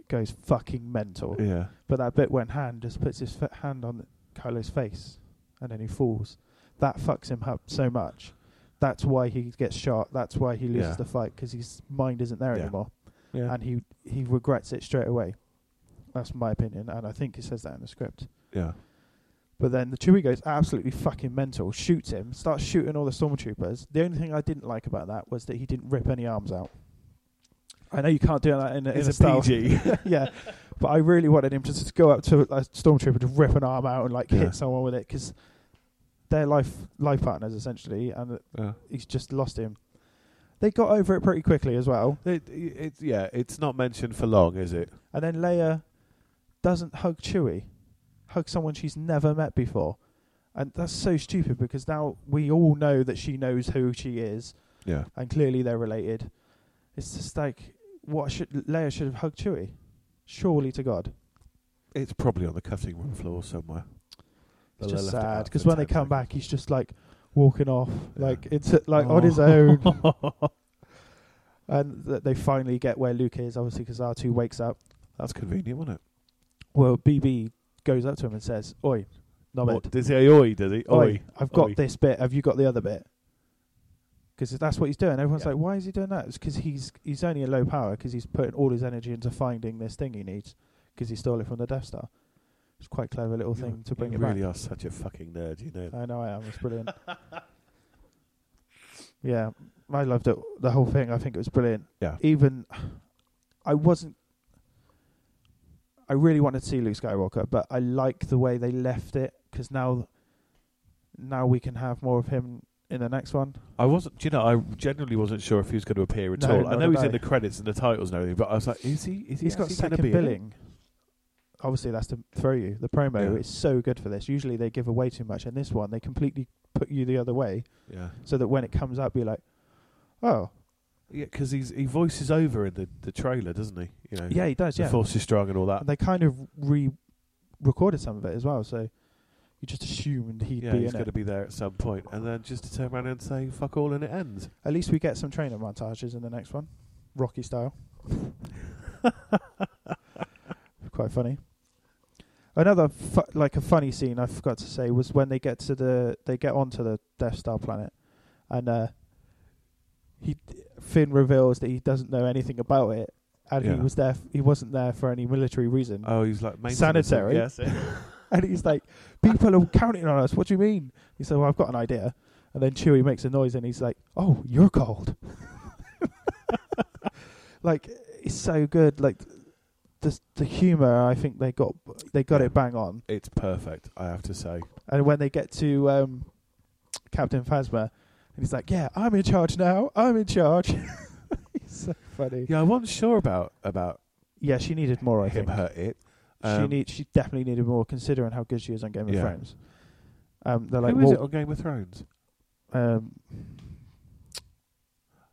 goes fucking mental.
Yeah.
But that bit when Han just puts his fa- hand on Kylo's face and then he falls, that fucks him up so much. That's why he gets shot. That's why he loses
Yeah.
the fight because his mind isn't there
Yeah.
anymore,
Yeah.
and he he regrets it straight away. That's my opinion, and I think he says that in the script.
yeah.
But then the Chewie goes absolutely fucking mental, shoots him, starts shooting all the stormtroopers. The only thing I didn't like about that was that he didn't rip any arms out. I know you can't do that in a, in a
It's a
Star
PG.
[laughs] yeah, but I really wanted him to just go up to a stormtrooper to rip an arm out and like
Yeah.
hit someone with it because they're life life partners essentially, and
yeah.
he's just lost him. They got over it pretty quickly as well,
It, it's yeah. It's not mentioned for long, is it?
and then Leia doesn't hug Chewie, hug someone she's never met before, and that's so stupid because now we all know that she knows who she is,
Yeah.
and clearly they're related. It's just like what should Leia should have hugged Chewie, surely to God.
It's probably on the cutting room floor somewhere.
It's
They
just
left it
sad
up
because
for
when they
10
come
seconds.
back, he's just like walking off,
Yeah.
like it's uh, like on his
Oh.
own.
[laughs]
[laughs] and th- they finally get where Luke is, obviously, because R two wakes up.
That's convenient, wasn't it?
Well, BB goes up to him and says, "Oi,
What,
Nobbit,
does he oi? Does he
oi,
oi?
I've got
oi."
this bit. Have you got the other bit?" Because that's what he's doing. Everyone's
Yeah.
like, "Why is he doing that?" It's because he's he's only in low power because he's putting all his energy into finding this thing he needs because he stole it from the Death Star. It's quite a clever little thing to bring
you
it back.
really are such a fucking nerd, you know.
I know I am. It's brilliant. [laughs] yeah, I loved it. The whole thing. I think it was brilliant.
Yeah.
Even I wasn't. I really wanted to see Luke Skywalker, but I like the way they left it because now, now we can have more of him in the next one.
I wasn't, do you know, I generally wasn't sure if he was going to appear at
No,
all. I
nor
know
did
he's in
I.
the credits and the titles and everything, but I was like, is he? Is he
He's got
actually gonna
second
be in it?
billing. Obviously, that's to throw you. The promo
Yeah.
is so good for this. Usually, they give away too much, and this one they completely put you the other way,
Yeah,
so that when it comes up, you're like, "Oh,
yeah, because he's he voices over in the, the trailer, doesn't he? You know,
yeah, he does."
the
Yeah,
force is strong and all that.
And Uh, they kind of re-recorded some of it as well, so you just assumed he'd
yeah,
be
he's
in
going to
it.
be there at some point, and then just to turn around and say fuck all and it ends.
At least we get some training montages in the next one, Rocky
[laughs]
style. Quite funny. Another fu- like a funny scene I forgot to say was when they get to the they get onto the Death Star planet, and uh, he Finn reveals that he doesn't know anything about it, and he
Yeah.
was there f- he wasn't there for any military reason.
Oh, he's like maintenance-
Sanitary.
Yes,
And he's like, people are counting on us. What do you mean? He said, well, I've got an idea. And then Chewie makes a noise and he's like, oh, you're cold. [laughs] like, it's so good. Like, the the humor, I think they got they got it bang on.
it's perfect. I have to [laughs] say.
And when they get to um, Captain Phasma, and he's like, yeah, I'm in charge now. I'm in charge. [laughs] he's so funny. Yeah.
Yeah, I wasn't sure about about
she needed more. I
him.
think
Her it.
she
Um,
need she definitely needed more, considering how good she is on Game of
Yeah.
Thrones. Um, they're
who
like,
is
well,
it on Game of Thrones?
um,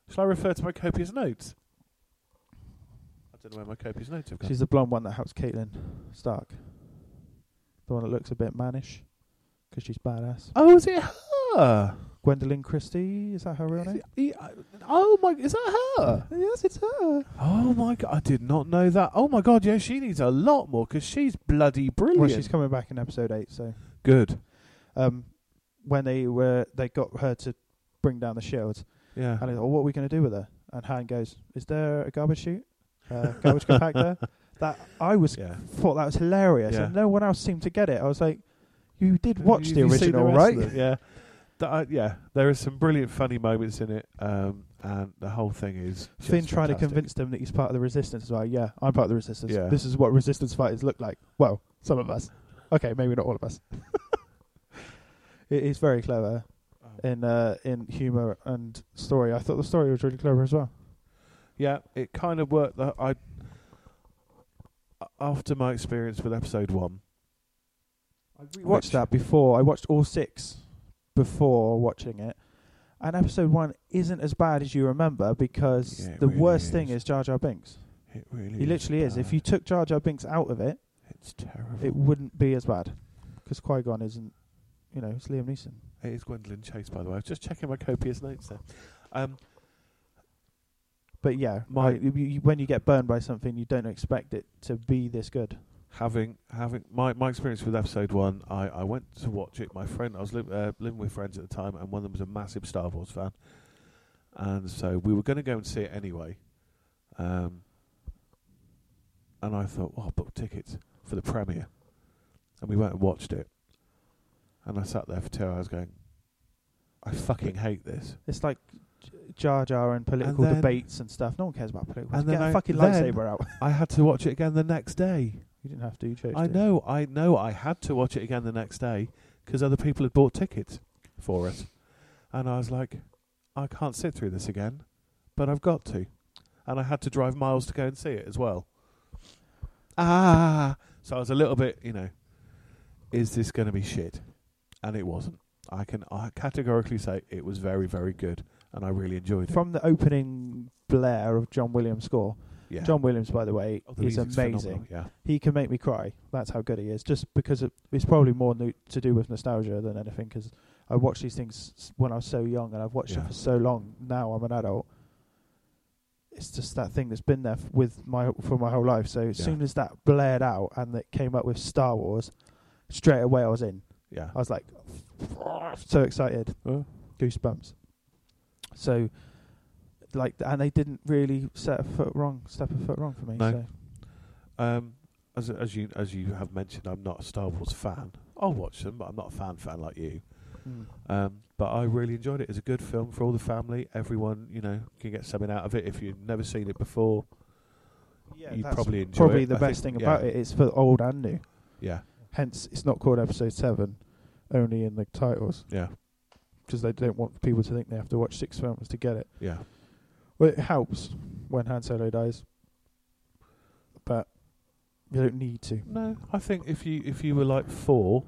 Shall I refer to my copious notes? I don't know where my copious notes have gone.
She's the blonde one that helps Caitlin Stark. The one that looks a bit mannish because she's badass.
oh, is it her?
Gwendolyn Christie, is that her real name?
He- I- oh my, is that her?
yes, it's her.
Oh my god, I did not know that. Oh my god, yeah, she needs a lot more because she's bloody brilliant.
Well, she's coming back in episode eight. So,
good.
um, when they were, they got her to bring down the shield,
Yeah.
and they thought, what are we going to do with her? And Han goes, "Is there a garbage chute? Uh, garbage
[laughs]
compactor?" That I was
Yeah.
thought that was hilarious,
Yeah.
and no one else seemed to get it. I was like, "You did watch
You-
the
you see
original,
rest
right?"
of it, Yeah. Th- I- yeah, there are some brilliant, funny moments in it, um, and the whole thing is just
Finn trying to
fantastic.
convince them that he's part of the resistance as well. Yeah, I'm part of the resistance.
Yeah.
This is what resistance fighters look like. Well, some of us. Okay, maybe not all of us. [laughs] it is very clever
Oh.
in uh, in humour and story. I thought the story was really clever as well.
Yeah, it kind of worked. That I after my experience with episode one, I
Watched that before. I watched all six before watching it. And episode one isn't as bad as you remember because
Yeah, it
the
really
worst
is.
thing is Jar Jar Binks.
It really.
He literally is. If you took Jar Jar Binks out of it,
it's terrible.
it wouldn't be as bad. Because Qui Gon isn't, you know, it's Liam Neeson.
It is Gwendolyn Chase, by the way. I was just checking my copious notes there. Um,
But yeah,
My-
I- you- you- when you get burned by something, you don't expect it to be this good.
having having my, my experience with episode one, I, I went to watch it. My friend, I was li- uh, living with friends at the time, and one of them was a massive Star Wars fan, and so we were going to go and see it anyway. Um, and I thought, well, I'll book tickets for the premiere, and we went and watched it, and I sat there for two hours going, I fucking hate this.
It's like J- Jar Jar and political
then-
debates and stuff. No one cares about political.
And
Get
then
a
I-
fucking
then-
lightsaber out. [laughs]
I had to watch it again the next day.
you didn't have to. You chose
I
to.
know, I know. I had to watch it again the next day because other people had bought tickets for it, and I was like, I can't sit through this again, but I've got to, and I had to drive miles to go and see it as well. Ah, so I was a little bit, you know, is this going to be shit? And it wasn't. I can I categorically say it was very, very good, and I really enjoyed it.
From the opening blare of John Williams' score,
yeah.
John Williams, by the way,
Oh, the
is
music's
amazing.
phenomenal, Yeah.
He can make me cry. That's how good he is. Just because it, it's probably more no- to do with nostalgia than anything. Because I watched these things s- when I was so young, and I've watched
Yeah.
it for so long. Now I'm an adult. It's just that thing that's been there f- with my for my whole life. So as
Yeah.
soon as that blared out and it came up with Star Wars, straight away I was in.
Yeah.
I was like, [laughs] so excited,
Oh.
goosebumps. So, like, and they didn't really set a foot wrong, step a foot wrong for me.
No.
So.
Um, as as you as you have mentioned, I'm not a Star Wars fan. I'll watch them, but I'm not a fan fan like you.
Mm.
Um, but I really enjoyed it. It's a good film for all the family. Everyone, you know, can get something out of it. If you've never seen it before,
Yeah,
you'd
that's
probably enjoy
probably
it.
the
I
best
think-
thing
yeah,
about it. It's for old and new.
Yeah,
Hence, it's not called episode seven, only in the titles
yeah,
because they don't want people to think they have to watch six films to get it.
yeah.
Well, it helps when Han Solo dies, but you don't need to.
No, I think if you if you were like four,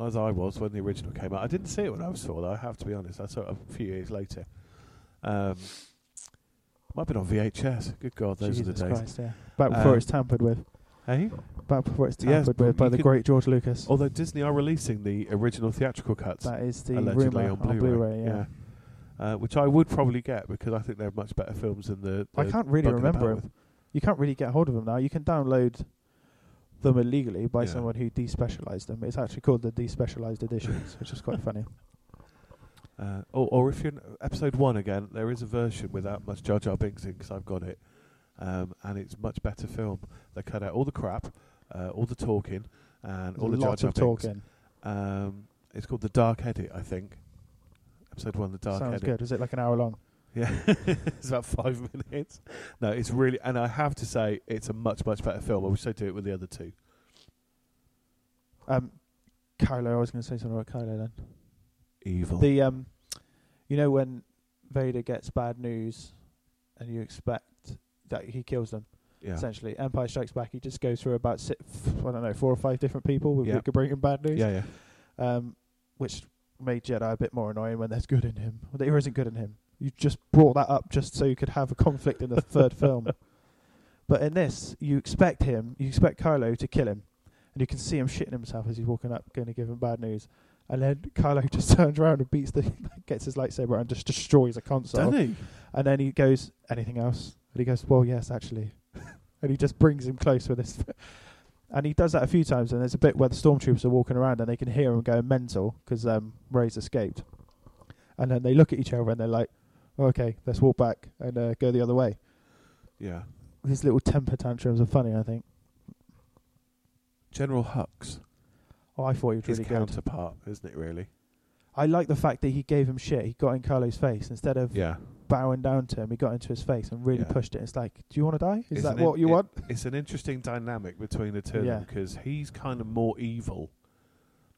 as I was when the original came out, I didn't see it when I was four. Though I have to be honest, I saw it a few years later. Um, might have been on VHS. Good God, those
Jesus
are the days.
Christ, yeah. Back before
Um,
it's tampered with.
Hey.
Back before it's
Yes,
tampered with
but
by
you
the
could- Oh,
great George Lucas.
Although Disney are releasing the original theatrical cuts,
That is the
allegedly
rumor
on Blu-ray,
yeah.
Uh, which I would probably get because I think they're much better films than the.
I
the
can't really
bugging about
remember 'em.
with.
You can't really get hold of them now. You can download them illegally by
Yeah.
someone who despecialized them. It's actually called the despecialized editions, which is quite funny.
Uh, or, or if you're in episode one again, there is a version without much Jar Jar Binks in because I've got it, um, and it's much better film. They cut out all the crap, uh, all the talking, and [laughs] all
There's a
the Jar
lot
Jar
of
Binks.
talking.
Um, it's called the Dark Edit, I think. Episode one, the Dark
Sounds
Edit.
good. Is it like an hour long?
Yeah, [laughs] it's about five minutes. No, it's really, and I have to say, it's a much much better film. I wish they do it with the other two.
Um, Kylo. I was going to say something about Kylo then.
Evil.
The um, you know when Vader gets bad news, and you expect that he kills them.
yeah.
Essentially, Empire Strikes Back. He just goes through about si I don't know, four or five different people with
Yeah.
who could bring him bad news.
yeah, yeah,
um, which made Jedi a bit more annoying when there's good in him. Well, there isn't good in him. You just brought that up just so you could have a conflict in the third film. But in this, you expect him, you expect Kylo to kill him, and you can see him shitting himself as he's walking up, going to give him bad news. And then Kylo [laughs] just turns around and beats the, [laughs] gets his lightsaber out and just destroys a console.
he?
And then he goes, anything else? And he goes, well, yes, actually. [laughs] and he just brings him close with his. [laughs] and he does that a few times. And there's a bit where the stormtroopers are walking around and they can hear him going mental because um, Ray's escaped. And then they look at each other and they're like, okay, let's walk back and uh, go the other way.
Yeah.
These little temper tantrums are funny, I think.
General Hux,
Oh, I thought he was
his
really good.
counterpart, isn't it? Really?
I like the fact that he gave him shit. He got in Carlo's face instead of
Yeah.
bowing down to him. He got into his face and really
Yeah.
pushed it. It's like, do you want to die? Is
Isn't
that
it-
what you
it- [laughs]
want?
It's an interesting dynamic between the two of them
Yeah.
because he's kind of more evil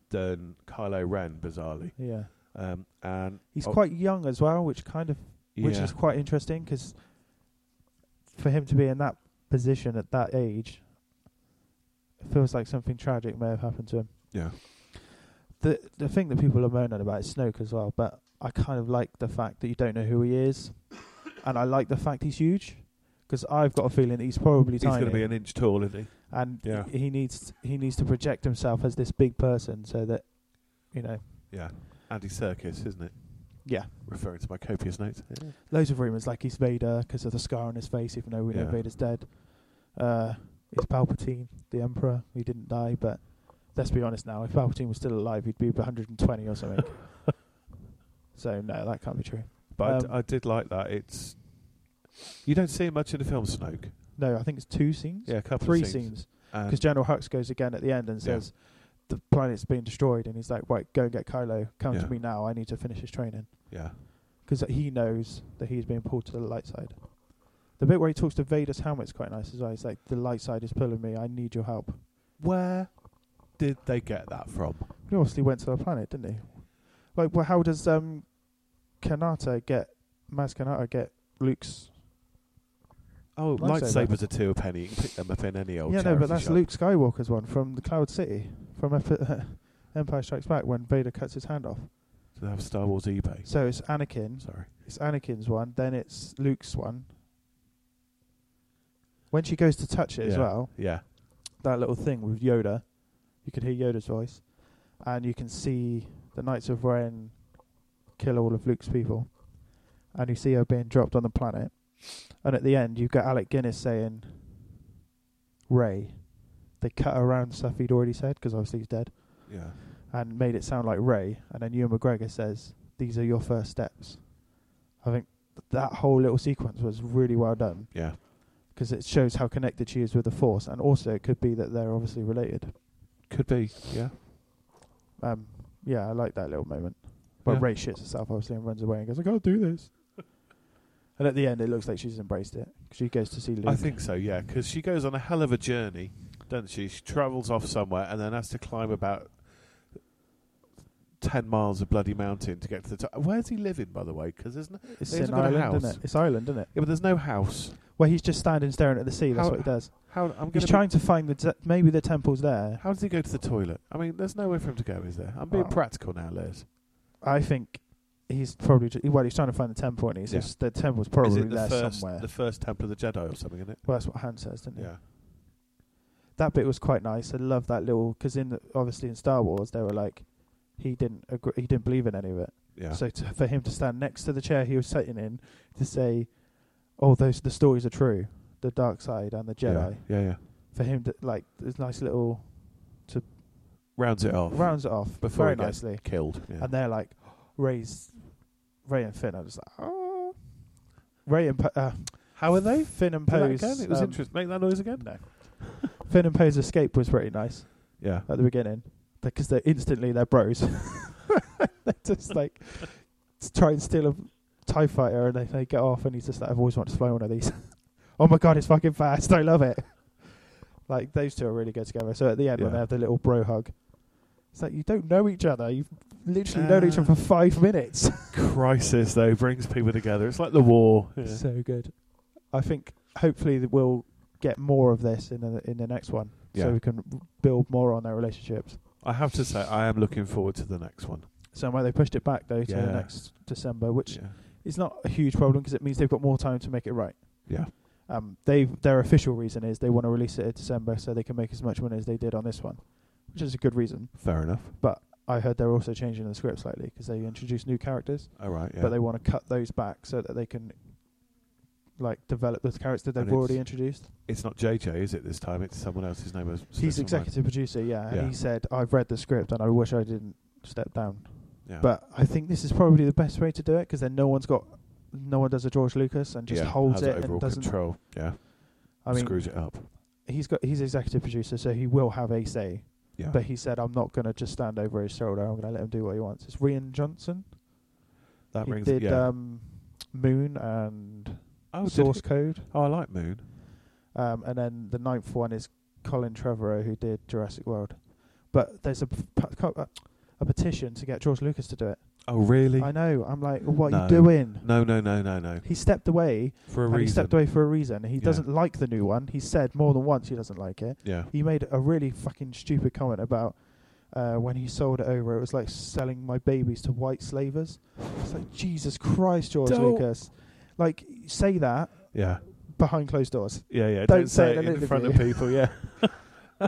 than Kylo Ren, bizarrely.
Yeah.
Um, and
He's
oh,
quite young as well, which kind of which
yeah.
is quite interesting because for him to be in that position at that age, it feels like something tragic may have happened to him.
yeah.
The the thing that people are moaning about is Snoke as well, but I kind of like the fact that you don't know who he is, and I like the fact he's huge because I've got a feeling he's probably
He's
tiny,
going to be an inch tall, isn't he?
and
Yeah.
he needs he needs to project himself as this big person so that you know,
Yeah. Andy Circus, isn't it?
yeah,
Referring to my copious notes. Yeah.
loads of rumors like he's Vader because of the scar on his face, even though we know
Yeah.
Vader's dead. Uh, it's Palpatine, the Emperor. He didn't die, but let's be honest now. If Palpatine was still alive, he'd be 120 or
[laughs]
something. so no, that can't be true.
But I d-
Um,
I did like that. It's you don't see it much in the film Snoke.
No, I think it's two scenes,
Yeah, a couple
three
of scenes.
scenes,
And-
because General Hux goes again at the end and
Yeah.
says the planet's been destroyed, and he's like, right, go and get Kylo. Come
Yeah.
to me now. I need to finish his training
yeah,
because he knows that he's being pulled to the light side. The bit where he talks to Vader's helmet's quite nice as well. He's like, the light side is pulling me. I need your help.
where did they get that from?
He obviously went to the planet, didn't he? Like, well, how does um, Kanata get Maz Kanata get Luke's?
Oh,
Lightsaber.
lightsabers are two a penny. You can pick them up in any old.
yeah, no, but
Oh, charity
that's
shop.
Luke Skywalker's one from the Cloud City from F- [laughs] Empire Strikes Back when Vader cuts his hand off.
They have Star Wars eBay.
So it's Anakin.
Sorry.
It's Anakin's one. Then it's Luke's one. When she goes to touch it as
Yeah.
well,
Yeah,
that little thing with Yoda, you can hear Yoda's voice, and you can see the Knights of Ren kill all of Luke's people, and you see her being dropped on the planet, and at the end you get Alec Guinness saying, "Ray," they cut around stuff he'd already said because obviously he's dead,
yeah.
and made it sound like Ray, and then Ewan McGregor says, "These are your first steps." I think th- that whole little sequence was really well done
Yeah.
because it shows how connected she is with the Force, and also it could be that they're obviously related.
Could be. Yeah.
Um, yeah, I like that little moment. But
Yeah.
Ray shits herself obviously and runs away and goes, "I can't do
[laughs]
this." and at the end, it looks like she's embraced it. She goes to see Luke.
I think so. Yeah, because she goes on a hell of a journey, doesn't she? She travels off somewhere and then has to climb about ten miles of bloody mountain to get to the top. Where's he living, by the way? Because there's no.
it's
They
an
haven't got a
island,
house.
isn't it? It's island, isn't it?
Yeah, but there's no house.
Where he's just standing staring at the sea. That's
How-
what he does.
How I'm
He's
gonna be-
trying to find the te- maybe the temple's there.
How does he go to the toilet? I mean, there's nowhere for him to go, is there? I'm being
Oh.
practical now, Les.
I think he's probably ju- well. He's trying to find the temple, and he says the temple's
is
probably
it the
there
first,
somewhere.
the first Temple of the Jedi or something? Isn't it?
well, that's what Han says, didn't he?
Yeah,
that bit was quite nice. I love that little because in the, obviously in Star Wars they were like he didn't agree, he didn't believe in any of it.
yeah.
So to, for him to stand next to the chair he was sitting in to say, "Oh, those the stories are true, the dark side and the Jedi."
Yeah, yeah. yeah.
For him to like, this nice little
Rounds it off.
rounds it off
Before
very
he gets-
nicely,
Killed. Yeah.
and they're like, Ray's Ray and Finn. I was like, oh, Ray and Po- uh,
How are they?
Finn and
Do that
Poe's
again? It was
um,
interesting. Make that noise again.
No, [laughs] Finn and Poe's escape was pretty nice.
Yeah.
at the beginning because they're instantly they're bros. [laughs] they just like s- try and steal a Tie Fighter and they, they get off and he's just like I've always wanted to fly one of these. [laughs] oh my god, it's fucking fast! I love it. Like those two are really good together. So at the end when
Yeah.
they have the little bro hug, it's like you don't know each other. You've literally known each
Ah.
other for five minutes.
Crisis though brings people together. It's like the war. Yeah.
[laughs] so good. I think hopefully that we'll get more of this in the in the next one,
Yeah.
so we can build more on their relationships.
I have to say, I am looking forward to the next one.
somewhere. They pushed it back though to
Yeah.
the next December, which
Yeah.
is not a huge problem because it means they've got more time to make it right.
Yeah.
Um, they their official reason is they want to release it in December so they can make as much money as they did on this one, which is a good reason.
Fair enough.
But I heard they're also changing the script slightly because they introduced new characters,
All right. Yeah.
but they want to cut those back so that they can like develop the characters that
And
they've already
it's-
introduced.
it's not JJ, is it? This time, it's someone else. His name is.
He's executive producer, yeah,
Yeah.
and he said I've read the script and I wish I didn't step down.
Yeah.
But I think this is probably the best way to do it because then no one's got, no one does a George Lucas and just
Yeah,
holds
has
it
overall
and doesn't.
control. Yeah.
I mean,
screws it up.
he's got he's executive producer, so he will have a say.
Yeah.
But he said, "I'm not going to just stand over his shoulder. I'm going to let him do what he wants." It's Rian Johnson.
that
he
rings.
did
yeah.
um, Moon and
oh, did
Source
he?
Code,
oh, I like Moon.
um, and then the ninth one is Colin Trevorrow, who did Jurassic World. But there's a p- p- a- a petition to get George Lucas to do it.
Oh, really?
I know. I'm like, what are
No.
you doing?
No, no, no, no, no.
He stepped away
For a
and he
reason.
stepped away for a reason. He
Yeah.
doesn't like the new one. He said more than once he doesn't like it.
Yeah.
He made a really fucking stupid comment about uh, when he sold it over. It was like selling my babies to white slavers. It's like Jesus Christ, George
Don't-
Lucas. Like say that,
Yeah.
behind closed doors.
Yeah, yeah.
Don't say it
it
in an
in front of
interview. [laughs]
people. Yeah.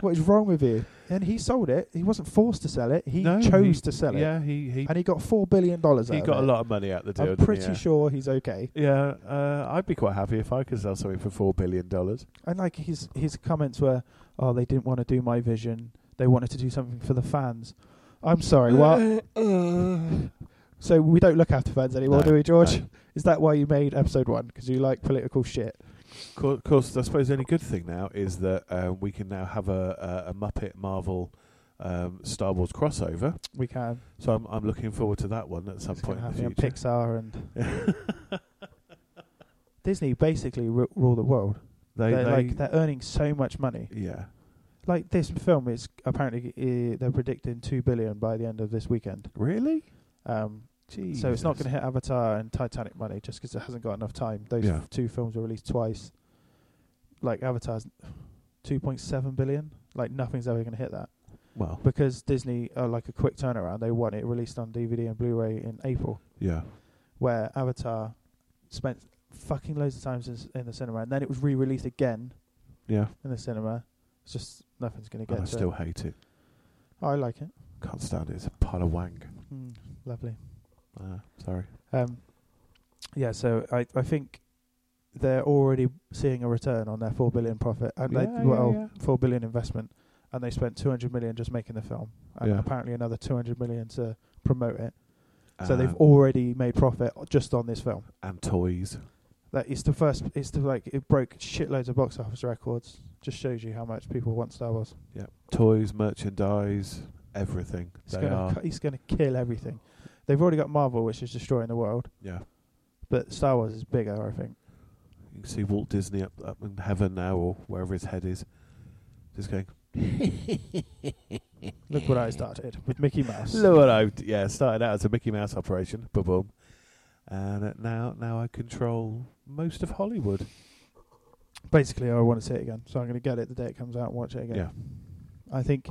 what is wrong with you? And he sold it. He wasn't forced to sell it. He
No,
chose
he-
to sell it.
Yeah. He he
And he got four billion dollars.
he got a lot of money out the deal.
I'm
didn't he?
pretty
Yeah.
sure he's okay.
Yeah, uh, I'd be quite happy if I could sell something for four billion dollars.
And like his his comments were, "Oh, they didn't want to do my vision. They wanted to do something for the fans." I'm sorry. What?
[laughs]
so we don't look after fans anymore,
No,
do we, George?
no.
Is that why you made episode one? Because you like political shit?
Of course, I suppose the only good thing now is that uh, we can now have a, a, a Muppet Marvel um, Star Wars crossover.
We can.
So I'm, I'm looking forward to that one at some
It's
point
gonna
in the
happen on
future.
Pixar and
[laughs]
Disney basically ru- rule the world.
They,
they're
they-
like they're earning so much money.
yeah,
Like this film is apparently uh, they're predicting two billion by the end of this weekend.
really?
Um, So it's not going
Jesus.
to hit Avatar and Titanic money just 'cause it hasn't got enough time. Those
Yeah.
f- two films were released twice. Like Avatar's 2.7 billion. Like nothing's ever going to hit that
Well,
because Disney are like a quick turnaround. They want it released on DVD and Blu-ray in April,
yeah,
where Avatar spent fucking loads of times in, s- in the cinema and then it was re-released again
yeah.
in the cinema. It's just nothing's going to
And
get. to
I still
It.
hate it.
I like it.
Can't stand it. It's a pile of wank.
Mm, lovely.
Uh, sorry.
Um, yeah, so I I think they're already seeing a return on their four billion profit and they,
Yeah, yeah,
well
yeah.
four billion investment, and they spent two hundred million just making the film, and
Yeah.
apparently another two hundred million to promote it. So they've
Um,
already made profit just on this film.
and toys.
That it's the first. It's the like it broke shitloads of box office records. Just shows you how much people want Star Wars.
Yeah, toys, merchandise, everything.
It's
they
gonna
are.
cu- it's gonna kill everything. They've already got Marvel, which is destroying the world,
Yeah,
but Star Wars is bigger, I think.
you can see Walt Disney up up in heaven now, or wherever his head is, just going.
Look what I started with Mickey Mouse.
Look what I've d- yeah started out as a Mickey Mouse operation, ba boom, and uh, now now I control most of Hollywood.
basically I want to see it again, so I'm going to get it the day it comes out and watch it again.
Yeah.
I think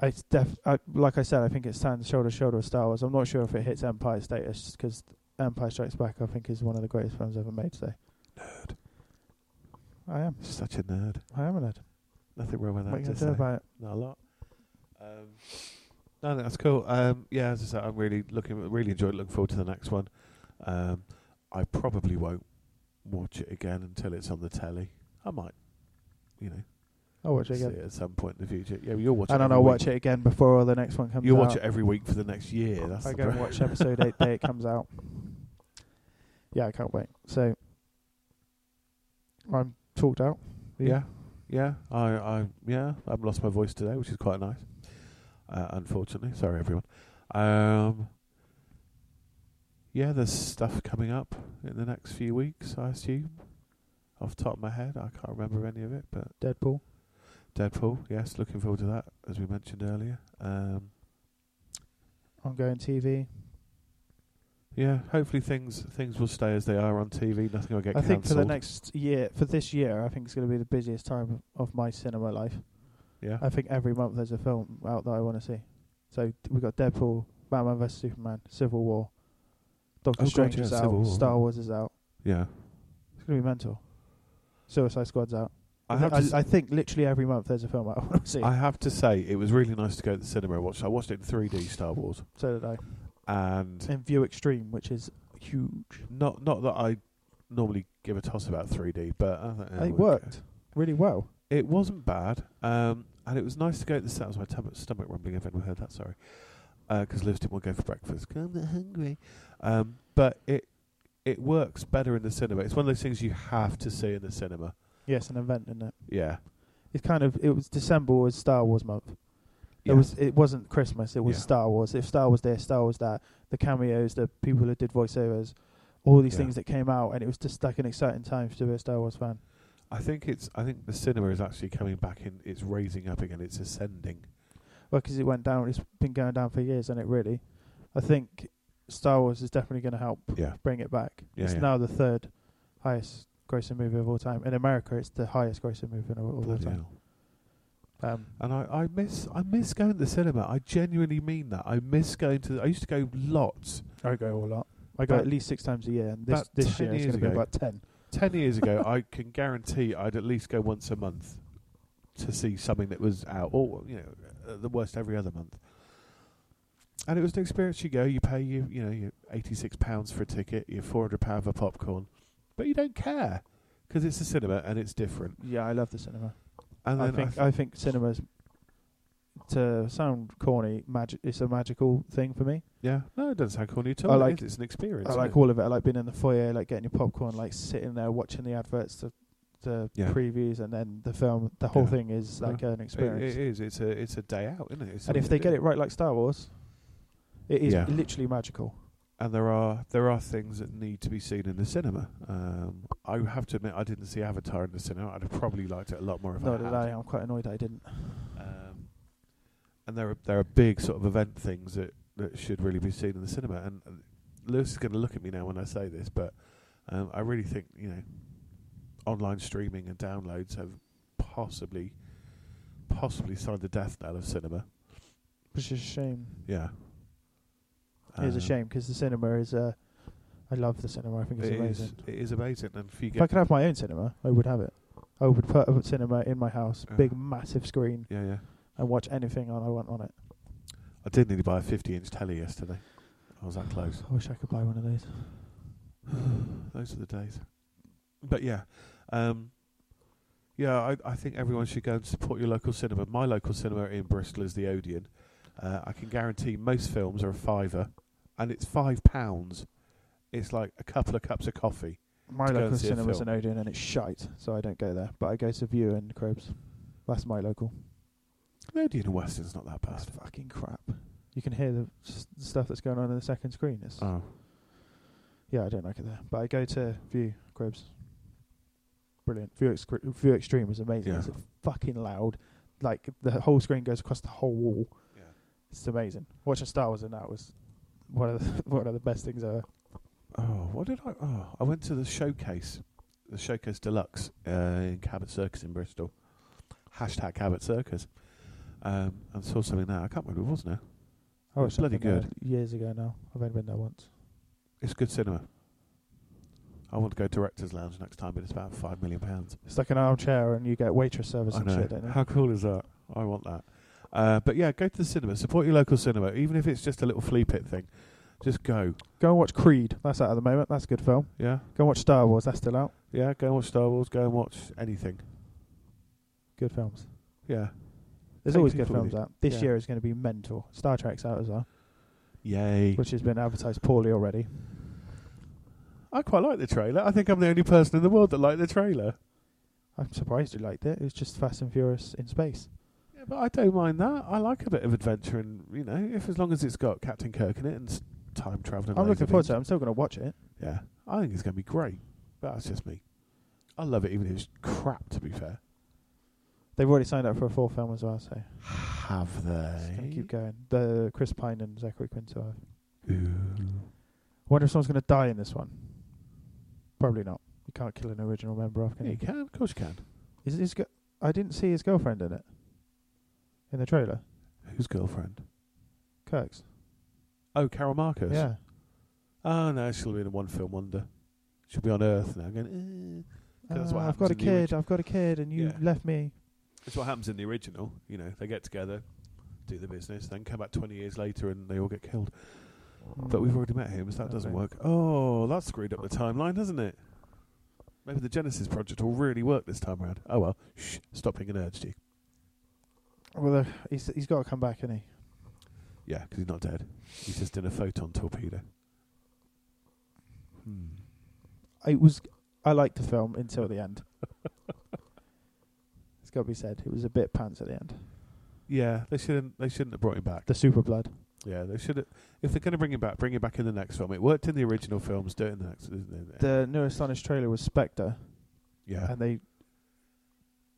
I def I, like I said, I think it stands shoulder to shoulder with Star Wars. I'm not sure if it hits Empire status because Empire Strikes Back I think is one of the greatest films ever made. So
Nerd,
I am,
such a nerd.
I am a nerd.
Nothing wrong with that.
what are you going
just
to do
saying.
about it?
Not a lot. Um, no, no, that's cool. Um, yeah, as I said, I'm really looking, really enjoyed, looking forward to the next one. Um, I probably won't watch it again until it's on the telly. I might, you know,
I'll watch it
see
again,
it at some point in the future. Yeah, well, you'll watch. it
and then
every
I'll
week.
watch it again before the next one comes
You'll
out.
watch it every week for the next year. That's
I
the
go and
pro-
watch episode eight day it comes
[laughs]
out. Yeah, I can't wait. So I'm talked out. You?
Yeah, yeah. I, I, yeah. I've lost my voice today, which is quite nice. Uh, unfortunately, sorry everyone. Um, yeah, there's stuff coming up in the next few weeks. I assume, off the top of my head, I can't remember any of it. But
Deadpool.
Deadpool, yes, looking forward to that, as we mentioned earlier. Um,
ongoing TV.
yeah, hopefully things things will stay as they are on TV. Nothing will get
I
cancelled.
think for the next year, for this year, I think it's going to be the busiest time of my cinema life.
yeah,
I think every month there's a film out that I want to see. So we got Deadpool, Batman vs Superman, Civil War, Doctor
Oh, God,
Strange
yeah,
is
Civil
out,
War.
Star Wars is out.
yeah.
It's going to be mental. Suicide Squad's out.
I
thi-
have to
I,
s-
I think literally every month there's a film out I [laughs] want to see.
I have to say, it was really nice to go to the cinema. and watch. I watched it in 3D Star Wars,
so did I.
and
And View Extreme, which is huge.
not not that I normally give a toss about 3D, but I thought, yeah,
it
we'll go.
worked really well.
It wasn't bad, um, and it was nice to go to the set. was my tum- stomach rumbling. If anyone heard that, sorry, because Liz didn't want to go for breakfast. 'Cause I'm not hungry, um, but it it works better in the cinema. It's one of those things you have to see in the cinema.
Yes, an event, isn't it?
Yeah,
It's kind of it was December was Star Wars month. It
Yeah.
was. It wasn't Christmas. It was
Yeah.
Star Wars. If Star Wars there, Star Wars that. The cameos, the people who did voiceovers, all these
Yeah.
things that came out, and it was just like an exciting time to be a Star Wars fan.
I think it's. I think the cinema is actually coming back in. It's raising up again. It's ascending.
Well, 'cause it went down. It's been going down for years, and it really, I think, Star Wars is definitely going to help
Yeah,
bring it back.
Yeah,
it's
yeah.
now the third highest grossing movie of all time in America. It's the highest grossing movie of all, of all
bloody
time.
hell.
Um,
And I, I miss I miss going to the cinema. I genuinely mean that. I miss going to. I used to go lots
I go a lot. I go
About-
at least six times a year, and this
about
this
10
year it's
years
going to be
ago.
about ten.
ten
[laughs]
years ago, I can guarantee I'd at least go once a month to see something that was out, or you know, at the worst every other month. And it was an experience. You go, you pay you you know you eighty six pounds for a ticket, you four hundred pound for popcorn, but you don't care because it's a cinema and it's different.
Yeah, I love the cinema.
And
I
then
think I, think cinemas to sound corny, magic it's a magical thing for me.
yeah, no, it doesn't sound corny at
I
all. I
like-
like it's an experience.
I
isn't
like
it?
all of it. I like being in the foyer, like getting your popcorn, like sitting there watching the adverts, the the
Yeah.
previews, and then the film. The whole
Yeah.
thing is like an
It-
experience.
it is. It's a it's a day out, isn't it? It's
and
something
if they
to
get
do.
it right, like Star Wars, it is
Yeah.
literally magical.
and there are there are things that need to be seen in the cinema. Um, I have to admit, I didn't see Avatar in the cinema. I'd have probably liked it a lot more if
No,
I
did
had.
I? I'm quite annoyed that I didn't.
Um, and there are there are big sort of event things that that should really be seen in the cinema. And uh, Lewis is going to look at me now when I say this, but um, I really think you know, online streaming and downloads have possibly possibly signed the death knell of cinema.
Which is a shame.
Yeah,
it is a
Um,
shame because the cinema is a. I love the cinema. I think it's
It
amazing.
is, it is amazing, and if you
If I
get
could have my own cinema, I would have it. I would put a cinema in my house,
Yeah.
big massive screen,
yeah yeah.
and watch anything on I want on it.
I did need to buy a 50 inch telly yesterday. I was that close.
I wish I could buy one of those.
[sighs] Those are the days. But yeah, um, yeah, I, I think everyone should go and support your local cinema. My local cinema in Bristol is the Odeon. Uh, I can guarantee most films are a fiver, and it's five pounds. It's like a couple of cups of coffee.
My
To go and
local
see a
cinema's an
film.
Odeon and it's shite, so I don't go there. But I go to View and Crobes. That's my local.
The Odeon in Weston's not that
That's
bad.
fucking crap. You can hear the s- stuff that's going on in the second screen. It's
Oh,
yeah, I don't like it there. But I go to View Crobes. Brilliant. View, Excre- View Extreme is amazing.
Yeah.
It's fucking loud. Like the whole screen goes across the whole wall.
yeah.
It's amazing. Watching Star Wars and that was one of the, [laughs] one of the best things ever.
Oh, what did I? Oh, I went to the showcase, the showcase deluxe uh, in Cabot Circus in Bristol. Hashtag Cabot Circus, um, and saw something there. I can't remember what it was now.
I watched
Bloody
something there Years ago now. I've only been there once.
It's good cinema. I want to go directors lounge next time, but it's about five million pounds.
It's like an armchair and you get waitress service
I
and
know.
shit, don't you?
How cool is that? I want that. Uh, but yeah, go to the cinema. Support your local cinema, even if it's just a little flea pit thing. Just go.
Go and watch Creed. That's out at the moment. That's a good film.
Yeah,
Go and watch Star Wars. That's still out.
yeah. Go and watch Star Wars. Go and watch anything.
Good films.
Yeah,
There's
Take
always good
people
films
with
out. This
Yeah.
year is going to be mental. Star Trek's out as well,
yay.
which has been advertised poorly already.
I quite like the trailer. I think I'm the only person in the world that liked the trailer.
I'm surprised you liked it. It was just Fast and Furious in space.
Yeah, but I don't mind that. I like a bit of adventure, and you know, if as long as it's got Captain Kirk in it and s- time travel.
I'm looking forward to it. I'm still going to watch it.
Yeah, I think it's going to be great. But that's just me. I love it, even if it's crap. To be fair,
They've already signed up for a fourth film as well, so
have
it's
they?
going to keep going. The Chris Pine and Zachary Quinto. I
Ooh.
wonder if someone's going to die in this one. Probably not. You can't kill an original member off, can
Yeah,
you?
you can. Of course, you can.
Is it his gi- I didn't see his girlfriend in it. In the trailer,
Whose girlfriend?
Kirk's.
Oh, Carol Marcus.
Yeah.
Oh no, she'll be in a one film wonder. She'll be on Earth now. Going. Eh. 'Cause that's what
Uh, I've
happens
got a
in the orig-
kid. I've got a kid, and you
Yeah.
left me.
It's what happens in the original. You know, they get together, do the business, then come back 20 years later and they all get killed. But we've already met him, so that doesn't
Okay.
work. Oh, that screwed up the timeline, hasn't it? Maybe the Genesis project will really work this time around. Oh well, shh, stop being a nerd, Steve.
Well, uh, he's he's got to come back, hasn't he?
Yeah, 'cause he's not dead. He's just in a photon torpedo. Hmm.
It was. I liked the film until the end. [laughs] it's got to be said. It was a bit pants at the end.
Yeah, they shouldn't. They shouldn't have brought him back.
The super blood.
Yeah, they should. have If they're going to bring him back, bring him back in the next film. It worked in the original films. Do it in the next. Isn't it?
The new Astonish trailer was Spectre,
yeah,
and they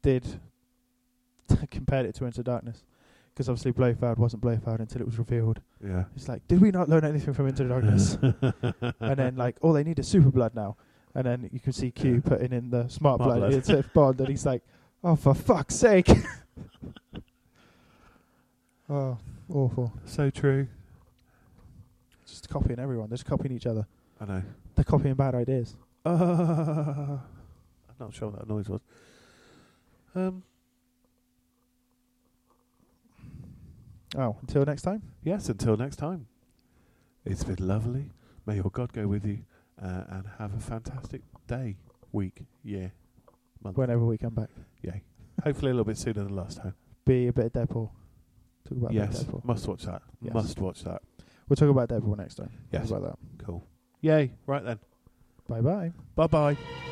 did [laughs] compared it to Into Darkness, because obviously Blofeld wasn't Blofeld until it was revealed.
yeah.
It's like, did we not learn anything from Into Darkness? [laughs]
[laughs]
and then like, oh, they need a super blood now. And then you can see Q putting in the smart,
Smart
blood, [laughs]
blood.
into Bond, and he's like, oh, for fuck's sake. [laughs] oh, awful.
So true.
Just copying everyone. They're just copying each other.
I know.
They're copying bad ideas.
Uh, [laughs] I'm not sure what that noise was. Um,
Oh, until next time.
yes, until next time. It's been lovely. May your God go with you uh, and have a fantastic day, week, year, month.
Whenever we come back,
Yay. Hopefully a little bit sooner than last time.
be a bit of Deadpool. Talk about a bit of
yes,
Deadpool.
must watch that.
Yes.
Must watch that.
We'll talk about Deadpool next time. How
Yes.
about that.
Cool. Yay. Right then.
Bye bye.
Bye bye.